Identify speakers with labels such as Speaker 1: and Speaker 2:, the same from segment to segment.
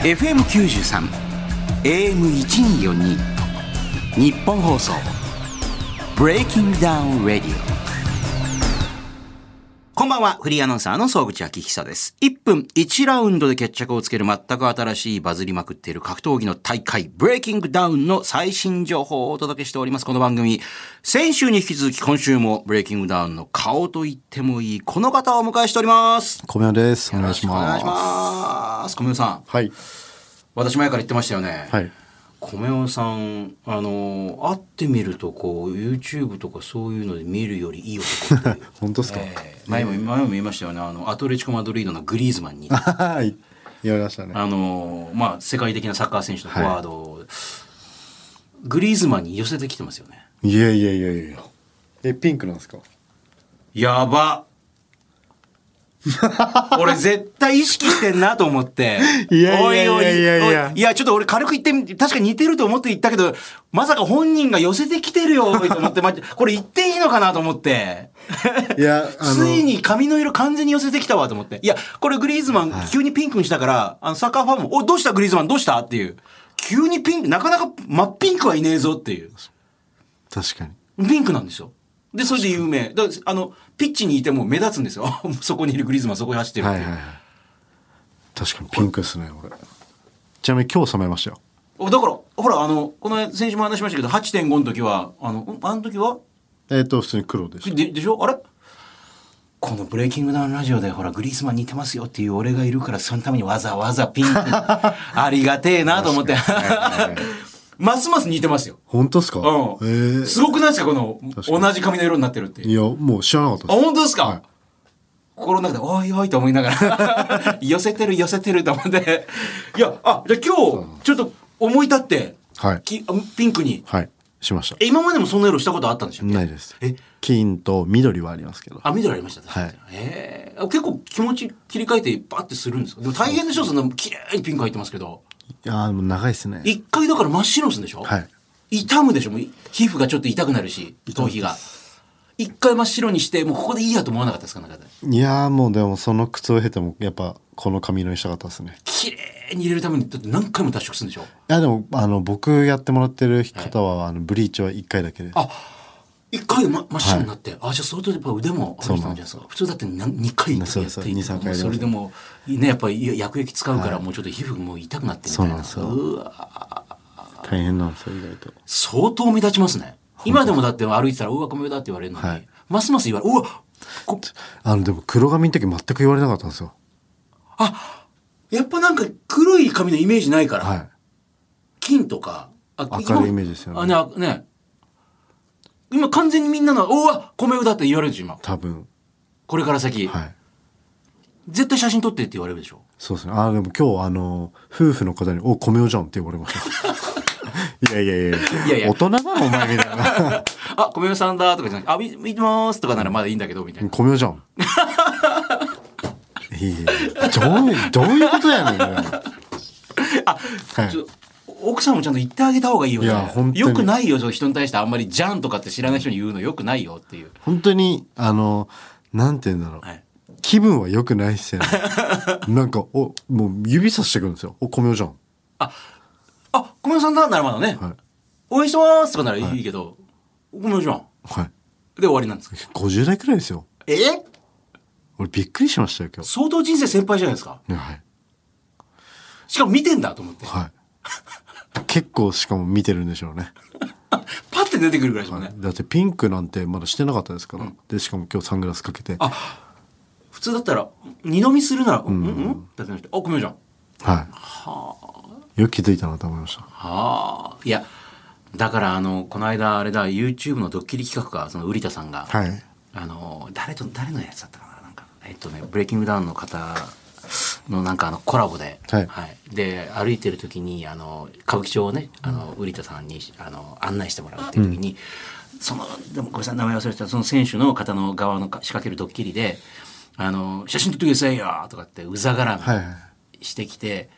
Speaker 1: FM93 AM1242 日本放送ブレイキングダウンレディオこんばんは、フリーアナウンサーの総口昭久です。1分1ラウンドで決着をつける全く新しいバズりまくっている格闘技の大会、ブレイキングダウンの最新情報をお届けしております。この番組、先週に引き続き今週もブレイキングダウンの顔と言ってもいい、この方をお迎えしております。
Speaker 2: 小宮です。お願いし
Speaker 1: お願
Speaker 2: ま
Speaker 1: いし
Speaker 2: す。
Speaker 1: ます。小宮さん、
Speaker 2: はい。
Speaker 1: 私前から言ってましたよね。
Speaker 2: はい。
Speaker 1: 米尾さんあの会ってみるとこう YouTube とかそういうので見るよりいい男って いう
Speaker 2: 本当ですか。
Speaker 1: ええ前も前も言いましたよねあのアトレチコ・マドリードのグリーズマンに
Speaker 2: はい。言われましたね。
Speaker 1: あの、まあ、世界的なサッカー選手のフォワードを、グリーズマンに寄せてきてますよね
Speaker 2: いやいやいやいや。え、ピンクなんですか。
Speaker 1: や ば俺絶対意識してんなと思って。
Speaker 2: いやいやいや
Speaker 1: おお
Speaker 2: いやい
Speaker 1: お
Speaker 2: や
Speaker 1: いや、ちょっと俺軽く言ってみて、確かに似てると思って言ったけど、まさか本人が寄せてきてるよ、おいと思 って、ま、これ言っていいのかなと思って。
Speaker 2: いや、あ
Speaker 1: つい
Speaker 2: の。
Speaker 1: に髪の色完全に寄せてきたわと思って。いや、これグリーズマン急にピンクにしたから、あのサッカーファンも、お、どうしたグリーズマンどうしたっていう。急にピンク、なかなか真っピンクはいねえぞっていう。
Speaker 2: 確かに。
Speaker 1: ピンクなんですよ。で、それで有名。だからあの、ピッチにいても目立つんですよ。 そこにいるグリーズマン、そこに走ってるっ
Speaker 2: は
Speaker 1: て
Speaker 2: い
Speaker 1: いう。
Speaker 2: はいはい。確かにピンクですね、俺。ちなみに今日染めましたよ。
Speaker 1: おだから、ほら、あの、この先週も話しましたけど、8.5の時は、あの、んあの時は
Speaker 2: えっ、と、普通に黒でした。
Speaker 1: ででしょあれこの「ブレイキングダウンラジオ」でほらグリースマン似てますよっていう俺がいるからそのためにわざわざ ピンクありがてえなと思って
Speaker 2: かに
Speaker 1: ますます似てますよ、
Speaker 2: 本当ですか。
Speaker 1: うん
Speaker 2: ええ
Speaker 1: すごくないですかこの
Speaker 2: 確かに
Speaker 1: 同じ髪の色になってるっていう
Speaker 2: いや、もう知らなかった
Speaker 1: あ
Speaker 2: です。
Speaker 1: 本当ですか、
Speaker 2: はい
Speaker 1: 心の中で「おいおい」と思いながら 寄せてる寄せてると思っていやあじゃあ今日ちょっと思い立って、
Speaker 2: はい
Speaker 1: きあピンクに
Speaker 2: はい。しました。
Speaker 1: え今までもそんな色したことあったんでしょ
Speaker 2: ないです。
Speaker 1: え
Speaker 2: 金と緑はありますけど。
Speaker 1: あ、緑ありました。確かに
Speaker 2: はい
Speaker 1: ええ結構気持ち切り替えてバッてするんですかでも大変でしょそんな綺麗にピンク入ってますけど。
Speaker 2: いや、でも長いですね。
Speaker 1: 一回だから真っ白にするんでしょ
Speaker 2: はい。
Speaker 1: 痛むでしょもう皮膚がちょっと痛くなるし、頭皮が。一回真っ白にして、もうここでいいやと思わなかったですか中で。
Speaker 2: いやーもうでもその靴を経てもやっぱこの髪色にしたかったですね。
Speaker 1: 綺麗に入れるために、だって何回も脱色するんでしょ
Speaker 2: いやでもあの僕やってもらってる方は、あのブリーチは1回だけで
Speaker 1: あ一回で、ま、真っ白になって、あ、じゃあ相当やっぱ腕もある人なんじゃないですか。普通だって何二回とかやって
Speaker 2: そうそう二三回やります
Speaker 1: それでも、ね、やっぱり薬液使うからもうちょっと皮膚もう痛くなってみたいな。
Speaker 2: そうなんです
Speaker 1: うわ
Speaker 2: 大変なんですよ意外と
Speaker 1: 相当目立ちますね。今でもだって歩いてたら、うわ、米だって言われるのに、
Speaker 2: はい
Speaker 1: ますます言われる、うわ、こ
Speaker 2: あのでも黒髪の時全く言われなかったんですよ
Speaker 1: やっぱなんか黒い髪のイメージないから、
Speaker 2: はい
Speaker 1: 金とか、あ
Speaker 2: 明るい
Speaker 1: 今
Speaker 2: イメージですよね
Speaker 1: あねあね今完全にみんなの、うわ、米だって言われるでしょ、今。
Speaker 2: 多分
Speaker 1: これから先、
Speaker 2: はい
Speaker 1: 絶対写真撮ってって言われるでしょ。
Speaker 2: そうですねあーでも今日あの夫婦の方に「お米をじゃん」って言われました いやいやいや
Speaker 1: いやいや
Speaker 2: 大人だなお前みたいな
Speaker 1: あ、米さんだとかじゃなくて、あ、み見てますとかならまだいいんだけど、みたいな。
Speaker 2: 米をじゃん いやいやどうどういうことやねんみたい な
Speaker 1: あ、
Speaker 2: はい
Speaker 1: ちょ奥さんもちゃんと言ってあげた方がいいよね。
Speaker 2: いや本当に
Speaker 1: よくないよ、その人に対してあんまり、じゃんとかって知らない人に言うのよくないよっていう。
Speaker 2: 本当にあのなんて言うんだろう、
Speaker 1: はい
Speaker 2: 気分は良くないっ すよねなんかおもう指さしてくるんですよ「お米をじゃん
Speaker 1: あ、小宮さんだならまだね、
Speaker 2: はい
Speaker 1: 応援してますとかならいいけど、小宮じゃん。」
Speaker 2: はい
Speaker 1: で終わりなんですか。
Speaker 2: 50代くらいですよ
Speaker 1: え
Speaker 2: 俺びっくりしましたよ今日
Speaker 1: 相当人生先輩じゃないですか。
Speaker 2: ねはい、
Speaker 1: しかも見てんだと思って。
Speaker 2: はい、結構しかも見てるんでしょうね
Speaker 1: パッて出てくるぐらいですもんね。
Speaker 2: だってピンクなんてまだしてなかったですから、でしかも今日サングラスかけては
Speaker 1: 普通だったら、二度見するなら、うん、うん、うんだってなって、あ、小宮じゃん。
Speaker 2: いよく気づいたなと思いました
Speaker 1: はあ。いや、だからあの、この間あれだ、YouTube のドッキリ企画か、その瓜田さんが、
Speaker 2: はい
Speaker 1: あの誰と誰のやつだったかななんかえっとね「ブレイキングダウン」の方のなんかあのコラボで、
Speaker 2: はい
Speaker 1: で歩いてる時にあの歌舞伎町をねあの瓜田さんにあの案内してもらうっていう時に、そのでもごめんなさい名前忘れてたその選手の方の側のか仕掛けるドッキリで「あの写真撮ってくださいよ」とかってうざがらみ、
Speaker 2: はいはい
Speaker 1: してきて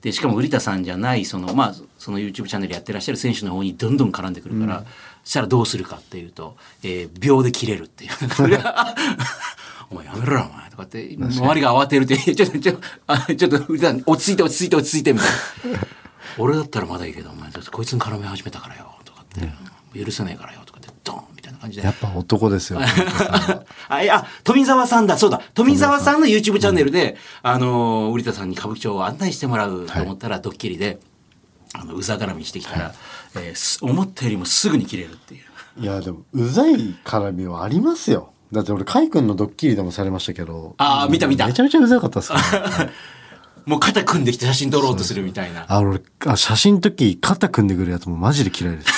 Speaker 1: でしかも瓜田さんじゃないその,、まあ、その YouTube チャンネルやってらっしゃる選手の方にどんどん絡んでくるから、そしたらどうするかっていうと、えー秒で切れるっていう。 お前やめろよ、お前。とかって、周りが慌てるって、 ちょっと、ちょっと、あちょっと、普段落ち着いて落ち着いて落ち着いて、みたいな。俺だったらまだいいけど、お前、ちょっとこいつに絡め始めたからよ、とかって、許せないからよ、とかって、ドンみたいな感じで
Speaker 2: や。っぱ男です よ。
Speaker 1: あ、いや、富澤さんだ、そうだ、富澤さんの YouTube チャンネルで、あのー、瓜田さんに歌舞伎町を案内してもらうと思ったら、ドッキリで、あの、うざ絡みしてきたら、えーす思ったよりもすぐに切れるっていう。
Speaker 2: いや、でも、うざい絡みはありますよ。だって俺、カイ君のドッキリでもされましたけど。
Speaker 1: あー見た見た
Speaker 2: めちゃめちゃうざかったっすから、
Speaker 1: もう肩組んできて写真撮ろうとするみたいな。
Speaker 2: あの、俺、あ写真の時、肩組んでくるやつもマジで嫌いです。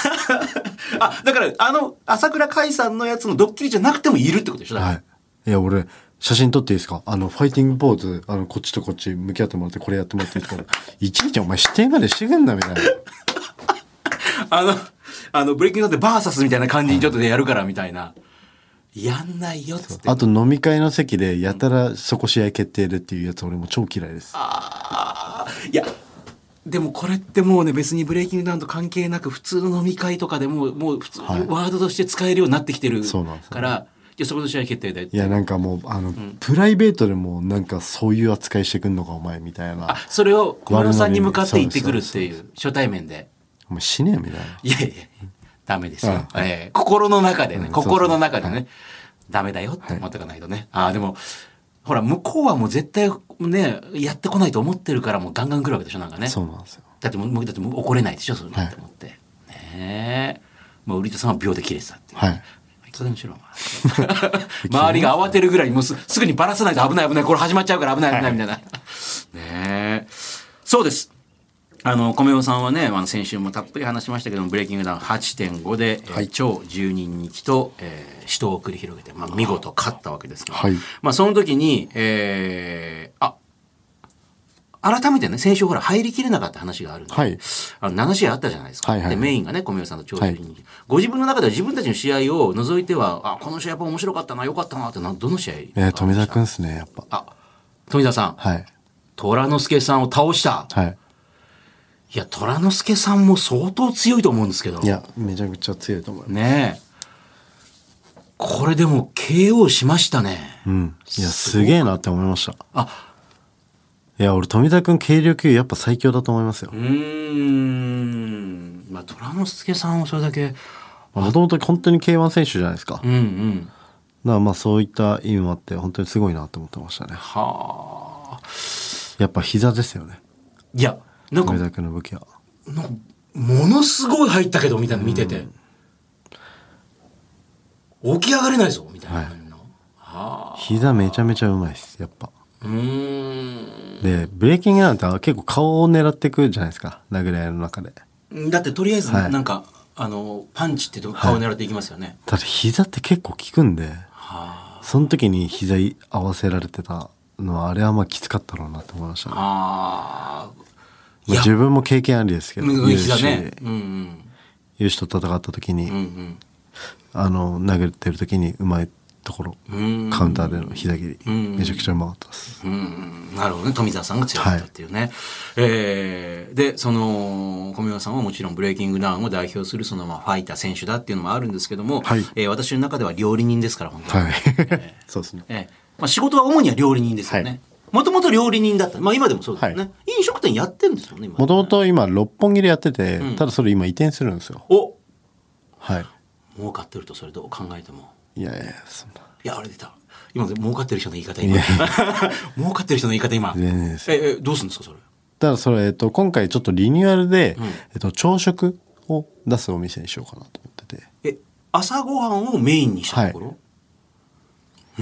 Speaker 1: あ、だから、あの、朝倉海さんのやつのドッキリじゃなくてもいるってことでしょ、だから
Speaker 2: はい。いや、俺、写真撮っていいですかあの、ファイティングポーズ、あの、こっちとこっち向き合ってもらって、これやってもらっていいですかいちいちお前指定までしてくんな、みたいな。
Speaker 1: あの、あの、ブレイキングダウンでバーサスみたいな感じにちょっとでやるからみたいな。やんないよっつって。
Speaker 2: あと飲み会の席で、やたらそこ試合決定でっていうやつ、俺も超嫌いです。
Speaker 1: あーいや、でもこれってもうね、別にブレイキングダウンと関係なく、普通の飲み会とかでもう、もう普通、
Speaker 2: はい
Speaker 1: ワードとして使えるようになってきてる
Speaker 2: そうなんですよ
Speaker 1: から、じゃあそこの試合決定で。
Speaker 2: いや、なんかもう、あの、プライベートでも、なんかそういう扱いしてくんのか、お前、みたいな
Speaker 1: あ。、それを小室さんに向かって言ってくるっ
Speaker 2: そ
Speaker 1: ていう、初対面で。
Speaker 2: お前死ねよ、みたいな。
Speaker 1: いやいやいや、ダメですよ。
Speaker 2: あ
Speaker 1: えー心の中でね、
Speaker 2: うん
Speaker 1: 心の
Speaker 2: そうそう
Speaker 1: 中でね、ダメだよって思ってかないとね。ああ、でも、ほら、向こうはもう絶対ね、やってこないと思ってるから、もうガンガン来るわけでしょ、なんかね。
Speaker 2: そうなんですよ。
Speaker 1: だってもう、もうだってもう怒れないでしょ、そういうの
Speaker 2: は
Speaker 1: っ
Speaker 2: い
Speaker 1: て思って。ねえ。もう、売り田さんは秒で切れてたっていう。
Speaker 2: はい。
Speaker 1: いかがにしろ、お前 周りが慌てるぐらいにもうすすぐにばらさないと危ない危ないこれ始まっちゃうから危ない危ないみたいな、ねえそうですあの米尾さんはねあの先週もたっぷり話しましたけどもブレイキングダウン8.5で、えー超10人にきと、えー死闘を繰り広げて、まあ、見事勝ったわけですけど、
Speaker 2: はい
Speaker 1: まあ、その時に、えーあ改めてね先週ほら入りきれなかった話があるんで、
Speaker 2: はい
Speaker 1: あの7試合あったじゃないですか、
Speaker 2: はいはい
Speaker 1: でメインがね米尾さんと超10人、ご自分の中では自分たちの試合を除いてはあこの試合やっぱ面白かったなよかったなってなどの試合
Speaker 2: えー、富田くんっすね、やっぱ。
Speaker 1: あ富田さん
Speaker 2: はい。
Speaker 1: 虎之助さんを倒した
Speaker 2: はい。
Speaker 1: いや虎之助さんも相当強いと思うんですけど
Speaker 2: いや、めちゃくちゃ強いと思います。
Speaker 1: ねえこれでも KO しましたね、
Speaker 2: うん。いや、すげえなって思いました。
Speaker 1: あ
Speaker 2: いや、俺、富田くん軽量級やっぱ最強だと思いますよ
Speaker 1: う。ーんまあ虎之助さんをそれだけ
Speaker 2: もともと本当に K1 選手じゃないですか。だか
Speaker 1: うんうん
Speaker 2: らまあそういった意味もあって、本当にすごいなって思ってましたね。
Speaker 1: はあ
Speaker 2: やっぱ膝ですよね。
Speaker 1: いやなんか
Speaker 2: 富田くんの武器は。
Speaker 1: なんかものすごい入ったけどみたいなの見てて、起き上がれないぞみたいな感じの、はあ
Speaker 2: 膝めちゃめちゃうまいです、やっぱ。
Speaker 1: うー
Speaker 2: で、ブレーキングなんて結構顔を狙ってくるじゃないですか。殴り合いの中で。
Speaker 1: んだってとりあえず
Speaker 2: はい
Speaker 1: なんか、あのパンチってど顔狙っていきますよね、
Speaker 2: ただ膝って結構効くんで、
Speaker 1: は
Speaker 2: その時に膝合わせられてたのは、あれはまあきつかったろうなって思いました
Speaker 1: あ
Speaker 2: ね。
Speaker 1: はあい
Speaker 2: まあ
Speaker 1: や
Speaker 2: 自分も経験ありですけど、
Speaker 1: うん膝
Speaker 2: UFC
Speaker 1: ね
Speaker 2: で
Speaker 1: うんうん
Speaker 2: 有志と戦った時に、
Speaker 1: うん
Speaker 2: あの、殴ってる時にうまいところ、
Speaker 1: うんうん
Speaker 2: カウンターでの膝切り、
Speaker 1: うん
Speaker 2: めちゃくちゃうまかったです。
Speaker 1: うんなるほどね富澤さんが強かったっていうね、えーでその小宮さんはもちろんブレイキングダウンを代表するそのまあファイター選手だっていうのもあるんですけども、
Speaker 2: はい
Speaker 1: えー私の中では料理人ですから本当に、
Speaker 2: はい。そうですね。
Speaker 1: ええまあ、仕事は主には料理人ですよ
Speaker 2: は
Speaker 1: ね
Speaker 2: い
Speaker 1: もともと料理人だった、まあ、今でもそうですよね、
Speaker 2: は
Speaker 1: 飲食店やってるんですよね今
Speaker 2: もともと今、六本木でやってて、ただそれ今移転するんですよ。
Speaker 1: お
Speaker 2: はい。
Speaker 1: 儲かってるとそれどう考えても
Speaker 2: いやいや、そんな。
Speaker 1: いやあれ出た今の儲かってる人の言い方今 儲かってる人の言い方今
Speaker 2: 全然です
Speaker 1: ええどうするんですかそれ
Speaker 2: ただそれ、えっと、今回ちょっとリニューアルで、えっと、朝食を出すお店にしようかなと思ってて。
Speaker 1: え朝ごはんをメインにしたところ、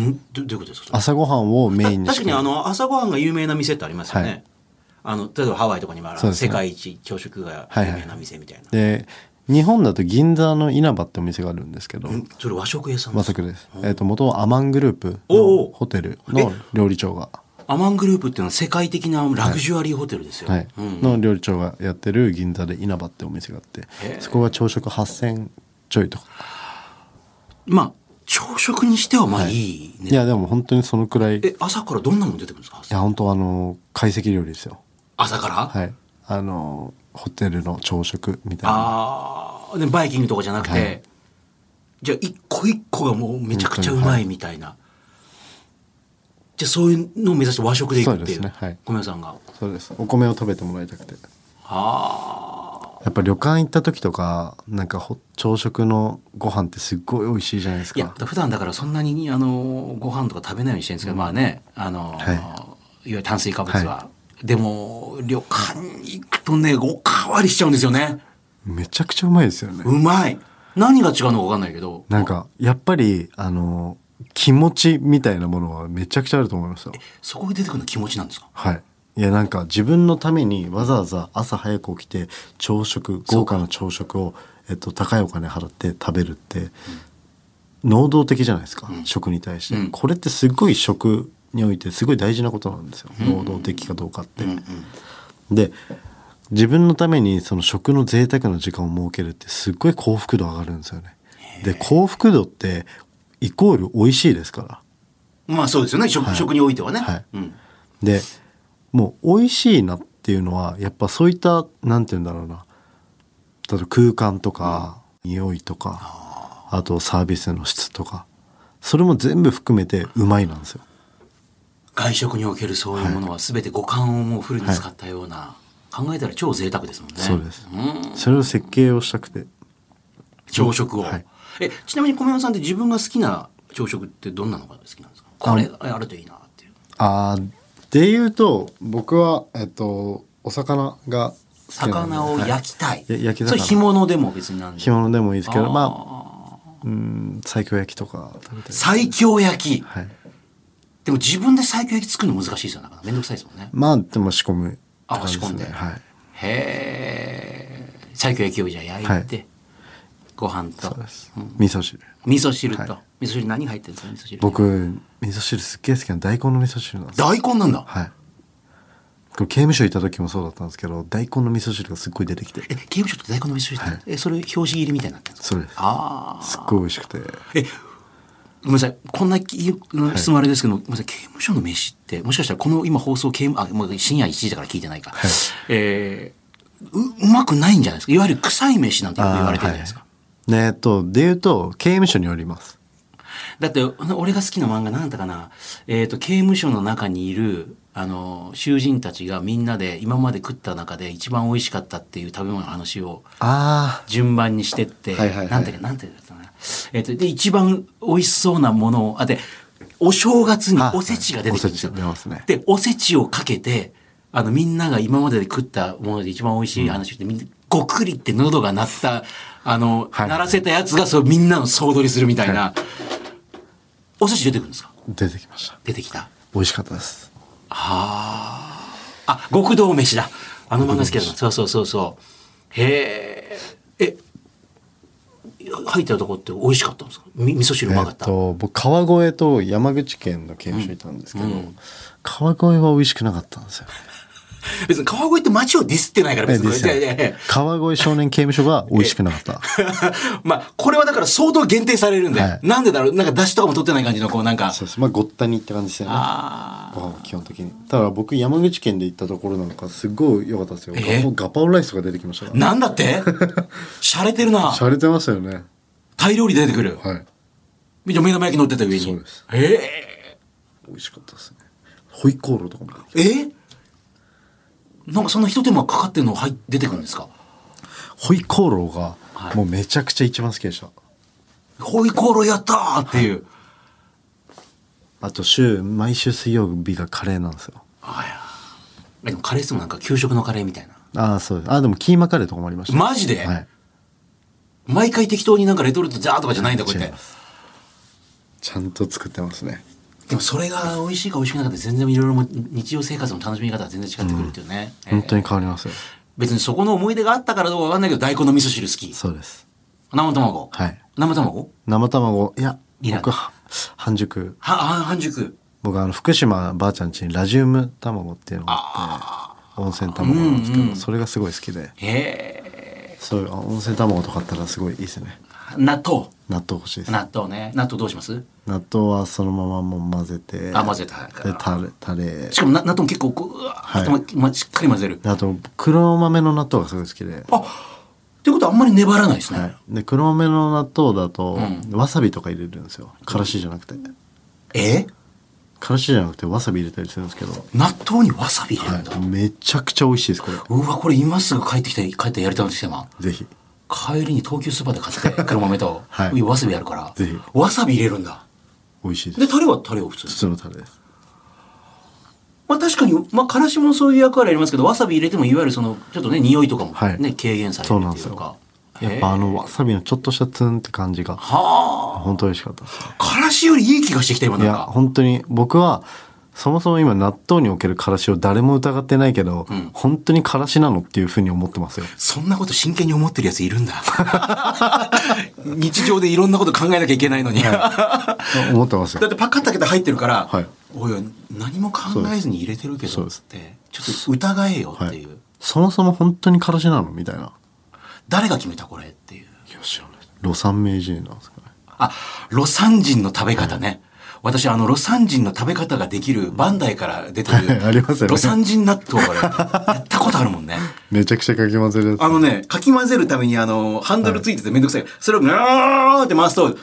Speaker 1: んどどういうことですかそれ
Speaker 2: 朝ごはんをメインに
Speaker 1: 確かにあ
Speaker 2: の、
Speaker 1: の朝ごはんが有名な店ってありますよね、
Speaker 2: はい
Speaker 1: あの例えばハワイとかにもある、
Speaker 2: そうですね
Speaker 1: 世界一朝食が有名な店みたいな、
Speaker 2: で、日本だと銀座の稲葉ってお店があるんですけど、
Speaker 1: んそれ和食屋さん
Speaker 2: ま
Speaker 1: です
Speaker 2: さくです。えっと、元々アマングループ
Speaker 1: おうおう
Speaker 2: のホテルの料理長が、
Speaker 1: アマングループっていうのは世界的なラグジュアリーホテルですよ。
Speaker 2: はい、
Speaker 1: うん
Speaker 2: の料理長がやってる銀座で稲葉ってお店があって
Speaker 1: へえ、
Speaker 2: そこが朝食8000ちょいとか。
Speaker 1: まあ朝食にしてはまあいいね。
Speaker 2: いや、でも本当にそのくらい、い
Speaker 1: え朝からどんなもの出てくるんですか
Speaker 2: や、本当あの、懐石料理ですよ。
Speaker 1: 朝から、
Speaker 2: はい。あの、ホテルの朝食みたいな。
Speaker 1: ああでバイキングとかじゃなくて、
Speaker 2: はい
Speaker 1: じゃあ一個一個がもうめちゃくちゃうまいみたいな。じゃあそういうのを目指して和食でいくってい
Speaker 2: そうで
Speaker 1: う
Speaker 2: すねはい
Speaker 1: 米屋さんが。
Speaker 2: そうですお米を食べてもらいたくて
Speaker 1: あ
Speaker 2: やっぱ旅館行った時とかなんかほ朝食のご飯ってすっごい美味しいじゃないです
Speaker 1: ーいや
Speaker 2: か
Speaker 1: 普段だからそんなにあのご飯とか食べないようにしてるんですけど、まあねあの、
Speaker 2: はい
Speaker 1: い、わゆる炭水化物は、でも旅館に行くとねおかわりしちゃうんですよね
Speaker 2: めちゃくちゃうまいですよね
Speaker 1: うまい何が違うのか分かんないけど
Speaker 2: なんかやっぱりあの気持ちみたいなものはめちゃくちゃあると思いますよ
Speaker 1: そこで出てくるの気持ちなんですか
Speaker 2: はいいやなんか自分のためにわざわざ朝早く起きて朝食豪華な朝食を、えっと、高いお金払って食べるって、能動的じゃないですか、食に対して、
Speaker 1: うん
Speaker 2: これってすごい食においてすごい大事なことなんですよ、能動的かどうかって、
Speaker 1: うんうん
Speaker 2: で自分のためにその食の贅沢な時間を設けるってすっごい幸福度上がるんですよねで幸福度ってイコール美味しいですから
Speaker 1: まあそうですよね食,、
Speaker 2: い
Speaker 1: 食においてはね、
Speaker 2: はい
Speaker 1: うん、
Speaker 2: でもう美味しいなっていうのはやっぱそういったなんて言うんだろうな例えば空間とか、匂いとかあとサービスの質とかそれも全部含めてうまいなんですよ
Speaker 1: 外食におけるそういうものは全て五感をもうフルに使ったような、考えたら超贅沢ですもんね
Speaker 2: そうです
Speaker 1: ん
Speaker 2: それを設計をしたくて
Speaker 1: 朝食を、
Speaker 2: はい
Speaker 1: えちなみに米山さんって自分が好きな朝食ってどんなのが好きなんですかこれあるといいなっていう
Speaker 2: あーで言うと僕はえっとお魚が好きなんで
Speaker 1: 魚を焼きたい、
Speaker 2: や焼き魚
Speaker 1: それ干物でも別になんで
Speaker 2: 干物でもいいですけどまあ
Speaker 1: あ
Speaker 2: うん西京焼きとか食べた
Speaker 1: ー
Speaker 2: り
Speaker 1: 西京焼き
Speaker 2: はい
Speaker 1: でも自分で西京焼き作るの難しいですよなかなか面倒くさいですもんね
Speaker 2: まあでも仕込む
Speaker 1: あ
Speaker 2: 感じすね
Speaker 1: 仕込んで
Speaker 2: はい
Speaker 1: へえ西京焼きをじゃあ焼いて、
Speaker 2: は
Speaker 1: ご飯と
Speaker 2: そうです
Speaker 1: うん
Speaker 2: 味噌汁
Speaker 1: 味噌汁と、
Speaker 2: はい
Speaker 1: 味噌汁何入ってるんですか味噌汁
Speaker 2: 僕味噌汁すっげえ好きなの大根の味噌汁なんですよ
Speaker 1: 大根なんだ
Speaker 2: はいこれ刑務所いた時もそうだったんですけど大根の味噌汁がすっごい出てきて
Speaker 1: え刑務所って大根の味噌汁って、
Speaker 2: はい
Speaker 1: えそれ表示入りみたいになってるんですか
Speaker 2: それです
Speaker 1: ああ
Speaker 2: すっごい美味しくて
Speaker 1: えごめんなさいこんなきうん質問あれですけど、ごめんなさい刑務所の飯ってもしかしたらこの今放送刑務あもう深夜1時だから聞いてないか、えーううまくないんじゃないですかいわゆる臭い飯なんてよく言われてるじゃないですか、
Speaker 2: あーはいねえっとで言うと刑務所によります
Speaker 1: だって俺が好きな漫画なんだったかな、えー、と刑務所の中にいるあの囚人たちがみんなで今まで食った中で一番美味しかったっていう食べ物の話を
Speaker 2: あ
Speaker 1: 順番にしてって、
Speaker 2: はいはいはい
Speaker 1: なんてなんてだったかな、えっとで一番美味しそうなものをあでお正月に
Speaker 2: あ
Speaker 1: おせちが出てくるんですよ。
Speaker 2: おせち出ますね
Speaker 1: でおせちをかけてあのみんなが今までで食ったもので一番美味しい話をして、みんなごくりって喉が鳴ったあの、
Speaker 2: はい
Speaker 1: 鳴らせたやつがそうみんなの総取りするみたいな、おせち出てくるんですか
Speaker 2: 出てきました
Speaker 1: 出てきた。
Speaker 2: 美味しかったです
Speaker 1: はあ。あ、極道飯だ。あの漫画好きだな。そうそうそうそう。へえ。え、入ったとこって美味しかったんですかみ味噌汁うまかった。
Speaker 2: えっと僕川越と山口県の刑務所いたんですけど、
Speaker 1: うん
Speaker 2: 川越は美味しくなかったんですよ
Speaker 1: 別に川越って街をディスってないから別にこれ。いやいやいや
Speaker 2: 川越少年刑務所が美味しくなかった
Speaker 1: まあ、これはだから相当限定されるんで、
Speaker 2: はい
Speaker 1: なんでだろうなんか出汁とかも取ってない感じの、こうなんか。
Speaker 2: そうですまあごったにって感じですよね
Speaker 1: あ
Speaker 2: ご飯は基本的にただ僕山口県で行ったところなんかすごい良かったですよ
Speaker 1: え
Speaker 2: ガパガパオライスとか出てきましたか
Speaker 1: あ。なんだって 洒落てるな
Speaker 2: ら。洒落てましたよね
Speaker 1: タイ料理出てくる。
Speaker 2: はい
Speaker 1: じゃあ目玉焼き乗ってた上に。
Speaker 2: そうです
Speaker 1: へえ。
Speaker 2: 美味しかったですねホイコーローとかも
Speaker 1: えなんかそんな一手間かかってるの入っ出てくるんですか、
Speaker 2: ホイコーローが
Speaker 1: はい
Speaker 2: もうめちゃくちゃ一番好きでした、
Speaker 1: ホイコーローやったーっていう。
Speaker 2: あと週毎週水曜日がカレーなんですよ
Speaker 1: あいやでもカレーっすもんなんか給食のカレーみたいな。
Speaker 2: ああそうですあでもキーマカレーとかもありました
Speaker 1: マジで、
Speaker 2: はい
Speaker 1: 毎回適当になんかレトルトザーとかじゃないんだ、こうやっ
Speaker 2: 違い
Speaker 1: て
Speaker 2: ま。すちゃんと作ってますね
Speaker 1: でもそれが美味しいか美味しくなかったで全然いろいろも日常生活の楽しみ方が全然違ってくるっていうね。えー
Speaker 2: 本当に変わりますよ、
Speaker 1: 別にそこの思い出があったからどうかわかんないけど、大根の味噌汁好き。
Speaker 2: そうです
Speaker 1: 生卵。
Speaker 2: はい
Speaker 1: 生卵
Speaker 2: 生卵いや
Speaker 1: いらない
Speaker 2: 僕は半熟
Speaker 1: は、は、半熟。
Speaker 2: 僕あの福島ばあちゃん家にラジウム卵っていうのがあって温泉卵なんですけど、それがすごい好きで
Speaker 1: へえ。
Speaker 2: そういうあ温泉卵とかあったらすごいいいですね
Speaker 1: 納豆。
Speaker 2: 納豆欲しいです
Speaker 1: 納豆ね。納豆どうします
Speaker 2: 納豆はそのままもう混ぜて
Speaker 1: あ混ぜた
Speaker 2: でタレタレ
Speaker 1: しかもな納豆も結構こう、うわーってまましっかり混ぜる。
Speaker 2: あと黒豆の納豆がすごい好きで,、
Speaker 1: あってことはあんまり粘らないですね。
Speaker 2: はい、で黒豆の納豆だと、
Speaker 1: う
Speaker 2: わさびとか入れるんですよからしじゃなくて
Speaker 1: え
Speaker 2: からしじゃなくてわさび入れたりするんですけど、
Speaker 1: 納豆にわさび入れるんだ。
Speaker 2: はい、めちゃくちゃ美味しいですこれ
Speaker 1: うわ、これ今すぐ帰ってきて、帰ってやりたいんですよ、今。
Speaker 2: ぜひ
Speaker 1: 帰りに東急スーパーで買 って、黒豆と、
Speaker 2: はい
Speaker 1: 上わさびやるから
Speaker 2: ぜひ、
Speaker 1: わさび入れるんだ。
Speaker 2: 美味しいです
Speaker 1: で、タレはタレを普通に
Speaker 2: 普。通のタレです
Speaker 1: まあ確かに、まあ、からしもそういう役割ありますけど、わさび入れても、いわゆるその、ちょっとね、匂いとかもね、
Speaker 2: はい
Speaker 1: 軽減されるっていうか。
Speaker 2: やっぱあ
Speaker 1: へえ
Speaker 2: のわさびのちょっとしたツンって感じが
Speaker 1: は
Speaker 2: 本当美味しかったです
Speaker 1: あ、からしよりいい気がしてきた、今
Speaker 2: い
Speaker 1: なん
Speaker 2: や
Speaker 1: か。
Speaker 2: 本当に僕はそもそも今納豆におけるからしを誰も疑ってないけど、
Speaker 1: ん
Speaker 2: 本当にからしなのっていうふうに思っ てますよ
Speaker 1: そんなこと真剣に思ってるやついるんだ。 日常でいろんなこと考えなきゃいけないのに。
Speaker 2: 思ってます
Speaker 1: だっ
Speaker 2: よ
Speaker 1: てパカッと開けて入ってるから、
Speaker 2: はい
Speaker 1: おいおい何も考えずに入れてるけ
Speaker 2: そ
Speaker 1: ど
Speaker 2: う
Speaker 1: っ
Speaker 2: で
Speaker 1: つ
Speaker 2: す
Speaker 1: ってちょっと疑えよっていう、
Speaker 2: そもそも本当にからしなのみたいな
Speaker 1: 誰が決めたこれっていう
Speaker 2: ロサン名人なんですかね
Speaker 1: あロサン人の食べ方ね、私あのロサン人の食べ方ができるバンダイから出てる、
Speaker 2: はいありますよね
Speaker 1: ロサン人納豆からやったことあるもんね
Speaker 2: めちゃくちゃかき混ぜるやつ
Speaker 1: あのねかき混ぜるためにあのハンドルついててめんどくさい、それをガーって回すと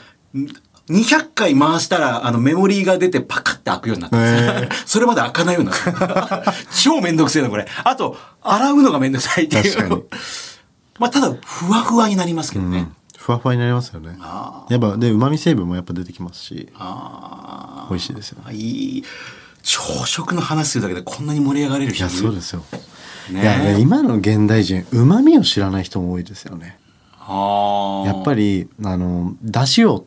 Speaker 1: 200回回したらあのメモリーが出てパカッて開くようになったんですよ
Speaker 2: へー
Speaker 1: それまで開かないようになった。 超めんどくせえな、これ。あと、洗うのがめんどくさいっていう。
Speaker 2: 確かに
Speaker 1: まあ、ただ、ふわふわになりますけどね。
Speaker 2: うんふわふわになりますよね
Speaker 1: あ
Speaker 2: やっぱでうまみ成分もやっぱ出てきますし
Speaker 1: あ
Speaker 2: 美味しいですよ
Speaker 1: あ。いい。朝食の話するだけでこんなに盛り上がれる
Speaker 2: い
Speaker 1: 人。
Speaker 2: やそうですすよ、
Speaker 1: ね
Speaker 2: いやね今の現代人うまみを知らない人も多いですよね
Speaker 1: あ
Speaker 2: やっぱ
Speaker 1: り。
Speaker 2: りあの出汁を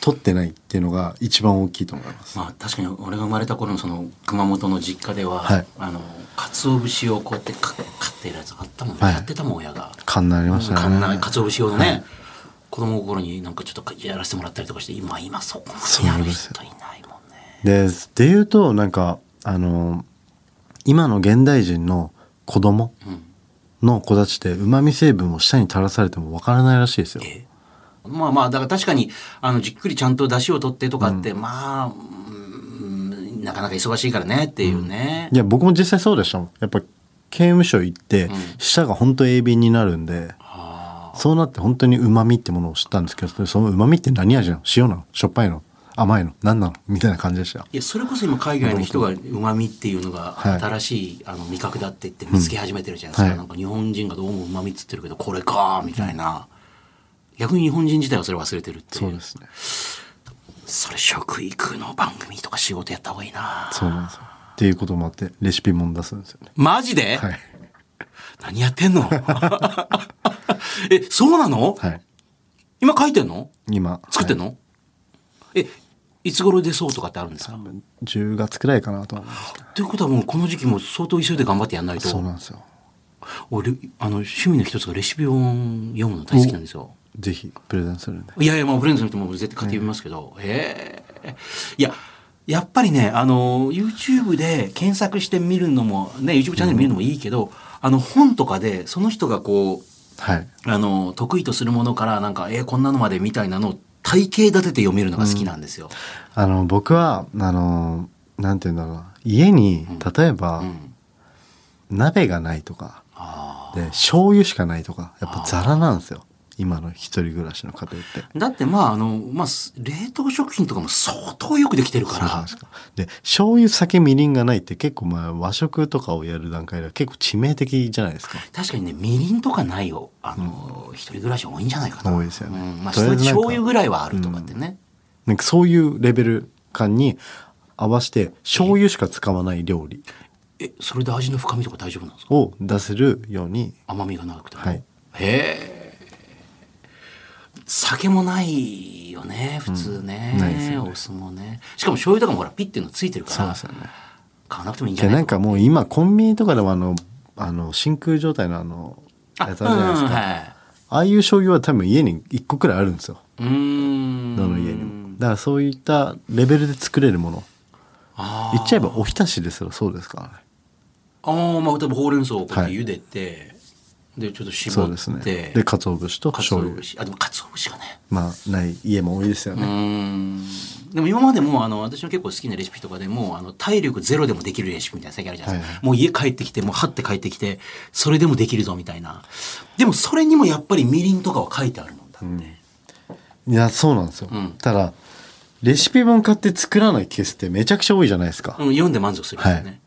Speaker 2: 取ってないっていうのが一番大きいと思います、
Speaker 1: まあ、確かに俺が生まれた頃のその熊本の実家では、
Speaker 2: はい
Speaker 1: あの鰹節をこうやってか買ってるやつあったもんね、
Speaker 2: はい
Speaker 1: 買ってたもん親が
Speaker 2: 勘になりましたね、
Speaker 1: かんない鰹節用のね、
Speaker 2: はい
Speaker 1: 子供心になんかちょっとやらせてもらったりとかして今今そこまでやる人いないもんね
Speaker 2: でで言うとなんかあの今の現代人の子供
Speaker 1: うん
Speaker 2: の子たちってうまみ成分を舌に垂らされてもわからないらしいですよ
Speaker 1: えまあまあだから確かにあのじっくりちゃんと出汁を取ってとかって、まあ、うん、なかなか忙しいからねっていうね、
Speaker 2: いや僕も実際そうでしたもんやっぱ刑務所行って舌が本当鋭敏になるんで、
Speaker 1: あ
Speaker 2: そうなって本当にうまみってものを知ったんですけどそのうまみって何味なの塩なのしょっぱいの甘いの何なのみたいな感じでした
Speaker 1: ーいやそれこそ今海外の人がうまみっていうのが
Speaker 2: はい
Speaker 1: 新しい、あの味覚だって言って見つけ始めてるじゃないですか、
Speaker 2: はい
Speaker 1: なんか日本人がどうもうまみっつってるけどこれかーみたいな、逆に日本人自体はそれ忘れてるっていう
Speaker 2: そうですね
Speaker 1: それ食育の番組とか仕事やった方がいいな
Speaker 2: そうなんですよっていうこともあってレシピも出すんですよね
Speaker 1: マジで、
Speaker 2: はい
Speaker 1: 何やってんの えそうなの、
Speaker 2: はい
Speaker 1: 今書いてんの
Speaker 2: 今
Speaker 1: 作ってん
Speaker 2: の、
Speaker 1: の、えいつ頃出そうとかってあるんですか
Speaker 2: はい10月くらいかなと思います
Speaker 1: ということはもうこの時期も相当急いで頑張ってやんない
Speaker 2: そう
Speaker 1: と
Speaker 2: なんですよ
Speaker 1: 俺あの趣味の一つがレシピ本読むの大好きなんですよ
Speaker 2: ぜひプレゼンするんで
Speaker 1: いやいやまあブレンズの人も絶対買って読みますけど、ええいややっぱりねあの YouTube で検索して見るのもね YouTube チャンネル見るのもいいけど、あの本とかでその人がこう
Speaker 2: はい
Speaker 1: あの得意とするものからなんかえーこんなのまでみたいなのを体系立てて読めるのが好きなんですよ。
Speaker 2: あの僕はあのなんて言うんだろうな家に例えば、
Speaker 1: うん
Speaker 2: 鍋がないとか
Speaker 1: あ
Speaker 2: で醤油しかないとかやっぱザラなんですよ今の一人暮らしの家庭って
Speaker 1: ーだってまああの、まあ、す冷凍食品とかも相当よくできてる
Speaker 2: そう
Speaker 1: か
Speaker 2: じゃない
Speaker 1: ら
Speaker 2: ですかで醤油酒みりんがないって結構まあ和食とかをやる段階では結構致命的じゃないですか
Speaker 1: 確かにねみりんとかないよあの、一人暮らし多いんじゃないかな。
Speaker 2: 多いですよね
Speaker 1: うんまあ、
Speaker 2: とりあえずなんか
Speaker 1: 醤油ぐらいはあるとかってね。
Speaker 2: なんかそういうレベル感に合わせて醤油しか使わない料理
Speaker 1: えそれで味の深みとか大丈夫なんですか
Speaker 2: を出せるように
Speaker 1: 甘みが長くても。
Speaker 2: はい
Speaker 1: へえ酒もないよね普通ね,、
Speaker 2: うんないですよね
Speaker 1: お酢もねしかも醤油とかもほらピッていうのついてるから
Speaker 2: よね
Speaker 1: 買わなくてもいいんじゃ
Speaker 2: で
Speaker 1: ない
Speaker 2: なんかもう今コンビニとかでもあのあの真空状態のあの
Speaker 1: あ
Speaker 2: やつあるじゃないですか、ああいう醤油は多分家に1個くらいあるんですよ
Speaker 1: うんはい、うーん
Speaker 2: どの家にもだからそういったレベルで作れるもの
Speaker 1: あ
Speaker 2: 言っちゃえばおひたしですらそうですからね
Speaker 1: あーまあ例えばほうれん草をこうやっ
Speaker 2: は
Speaker 1: て
Speaker 2: い
Speaker 1: 茹でて、でちょっと絞
Speaker 2: そ
Speaker 1: っ
Speaker 2: う
Speaker 1: て
Speaker 2: ですねで鰹節と
Speaker 1: 鰹
Speaker 2: 醤油
Speaker 1: 節あでも鰹節がね
Speaker 2: まあない家も多いですよ
Speaker 1: う
Speaker 2: ね、
Speaker 1: ーんでも今までもあの私の結構好きなレシピとかでもあの体力ゼロでもできるレシピみたいな最近あるじゃないですか、
Speaker 2: はい
Speaker 1: もう家帰ってきてもうはって帰ってきてそれでもできるぞみたいなでもそれにもやっぱりみりんとかは書いてあるもんだって、
Speaker 2: いやそうなんですよ、
Speaker 1: うん
Speaker 2: ただレシピ本買って作らないケースってめちゃくちゃ多いじゃないですか。
Speaker 1: うん、読んで満足するよね。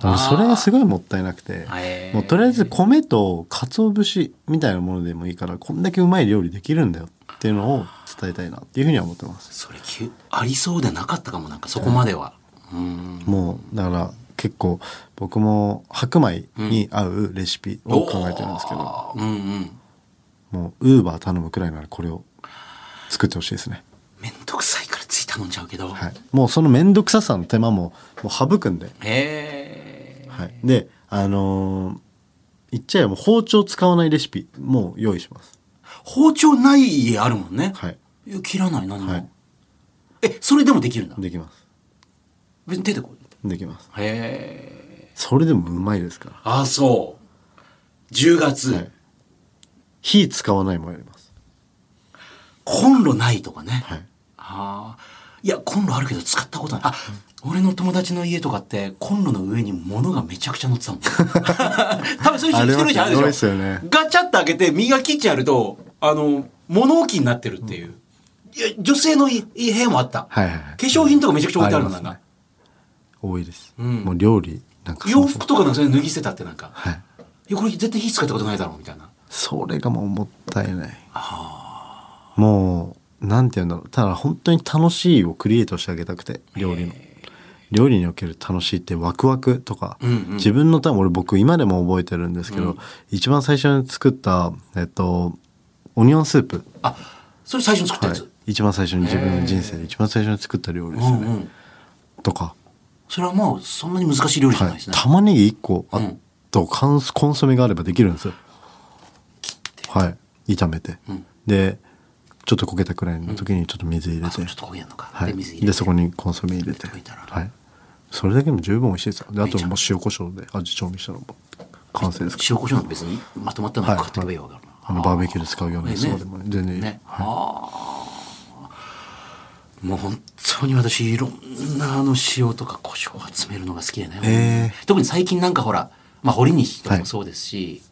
Speaker 2: あのそれがす
Speaker 1: ごい。
Speaker 2: ごいもったいなくて
Speaker 1: へー
Speaker 2: もうとりあえず米と鰹節みたいなものでもいいからこんだけうまい料理できるんだよっていうのを伝えたいなっていうふうには思ってます
Speaker 1: それ急ありそうでなかったかもなんかそこまでは。うん。
Speaker 2: もうだから結構僕も白米に合うレシピを考えてるんですけど、
Speaker 1: おー。うんうん。
Speaker 2: もうウーバー頼むくらいならこれを作ってほしいですね、
Speaker 1: めんどくさいからつい頼んじゃうけど。
Speaker 2: はい、もうその面倒くささの手間ももう省くんで、
Speaker 1: へえ。
Speaker 2: はい、であのー言っちゃえばもう包丁使わないレシピもう用意します
Speaker 1: 包丁ない家あるもんね。
Speaker 2: はい
Speaker 1: いや切らない何も、
Speaker 2: はい
Speaker 1: えそれでもできるんだ。
Speaker 2: できます
Speaker 1: 別に手でこう。
Speaker 2: できます
Speaker 1: へえ。
Speaker 2: それでもうまいですから
Speaker 1: あそう。10月、
Speaker 2: はい火使わないもんやります
Speaker 1: コンロないとかね。
Speaker 2: はい
Speaker 1: ああ。いや、コンロあるけど使ったことない。あ、俺の友達の家とかって、コンロの上に物がめちゃくちゃ乗ってた もん。多分そういう人一人じゃない
Speaker 2: あれ
Speaker 1: で
Speaker 2: は
Speaker 1: し
Speaker 2: すご
Speaker 1: ょ。
Speaker 2: いですよね
Speaker 1: ガチャッと開けて、身が切っちゃうと、あの、物置になってるっていう。いや、女性のいい部屋もあった。
Speaker 2: はいはいはい
Speaker 1: 化粧品とかめちゃくちゃ置いてあるの、な
Speaker 2: あ
Speaker 1: ん
Speaker 2: りますね
Speaker 1: か。
Speaker 2: 多いです、
Speaker 1: うん
Speaker 2: もう料理なんかそ
Speaker 1: 洋
Speaker 2: もそも
Speaker 1: 服とかなんかそれ脱ぎ捨てたってなんか。
Speaker 2: はい
Speaker 1: いや、これ絶対火使ったことないだろう、みたいな。
Speaker 2: それがもうもったいないもうなんて言うんだろうただ本当に楽しいをクリエイトしてあげたくて料理の料理における楽しいってワクワクとか、
Speaker 1: うんうん
Speaker 2: 自分の多分俺僕今でも覚えてるんですけど、一番最初に作ったえっとオニオンスープ、
Speaker 1: あ、それ最初に作った
Speaker 2: は
Speaker 1: やつ。
Speaker 2: い、一番最初に自分の人生で一番最初に作った料理です
Speaker 1: う
Speaker 2: よ
Speaker 1: ん
Speaker 2: ね、
Speaker 1: うん。
Speaker 2: とか
Speaker 1: それはもう、そんなに難しい料理じゃない
Speaker 2: は
Speaker 1: で
Speaker 2: い
Speaker 1: す、ね。
Speaker 2: 玉ねぎ1個あ
Speaker 1: うん
Speaker 2: とコンコンソメがあればできるんですよ、はい炒めて、
Speaker 1: うん
Speaker 2: でちょっと焦げたくらいの時にちょっと水入れ
Speaker 1: あ、
Speaker 2: て、
Speaker 1: そうちょっと焦げんのか。
Speaker 2: は
Speaker 1: で、
Speaker 2: い、
Speaker 1: 水入れて。
Speaker 2: でそこにコンソメ入れ
Speaker 1: 入
Speaker 2: て、
Speaker 1: れといたら
Speaker 2: はい、それだけでも十分美味しいですよであ
Speaker 1: めち
Speaker 2: と
Speaker 1: ゃ
Speaker 2: もう塩コショウで味調味したらもう完成ですか
Speaker 1: 塩コショウなんて別にまとまったの
Speaker 2: ら、
Speaker 1: 買ってけばいいわけだからな
Speaker 2: あのバーベキューで使うようなやつとかでも
Speaker 1: ね
Speaker 2: ね全然いい、
Speaker 1: ね
Speaker 2: はい
Speaker 1: もう本当に私いろんなあの塩とか胡椒を集めるのが好きでね、
Speaker 2: え
Speaker 1: 特に最近なんかほら、まあ、堀西とかもそうですし、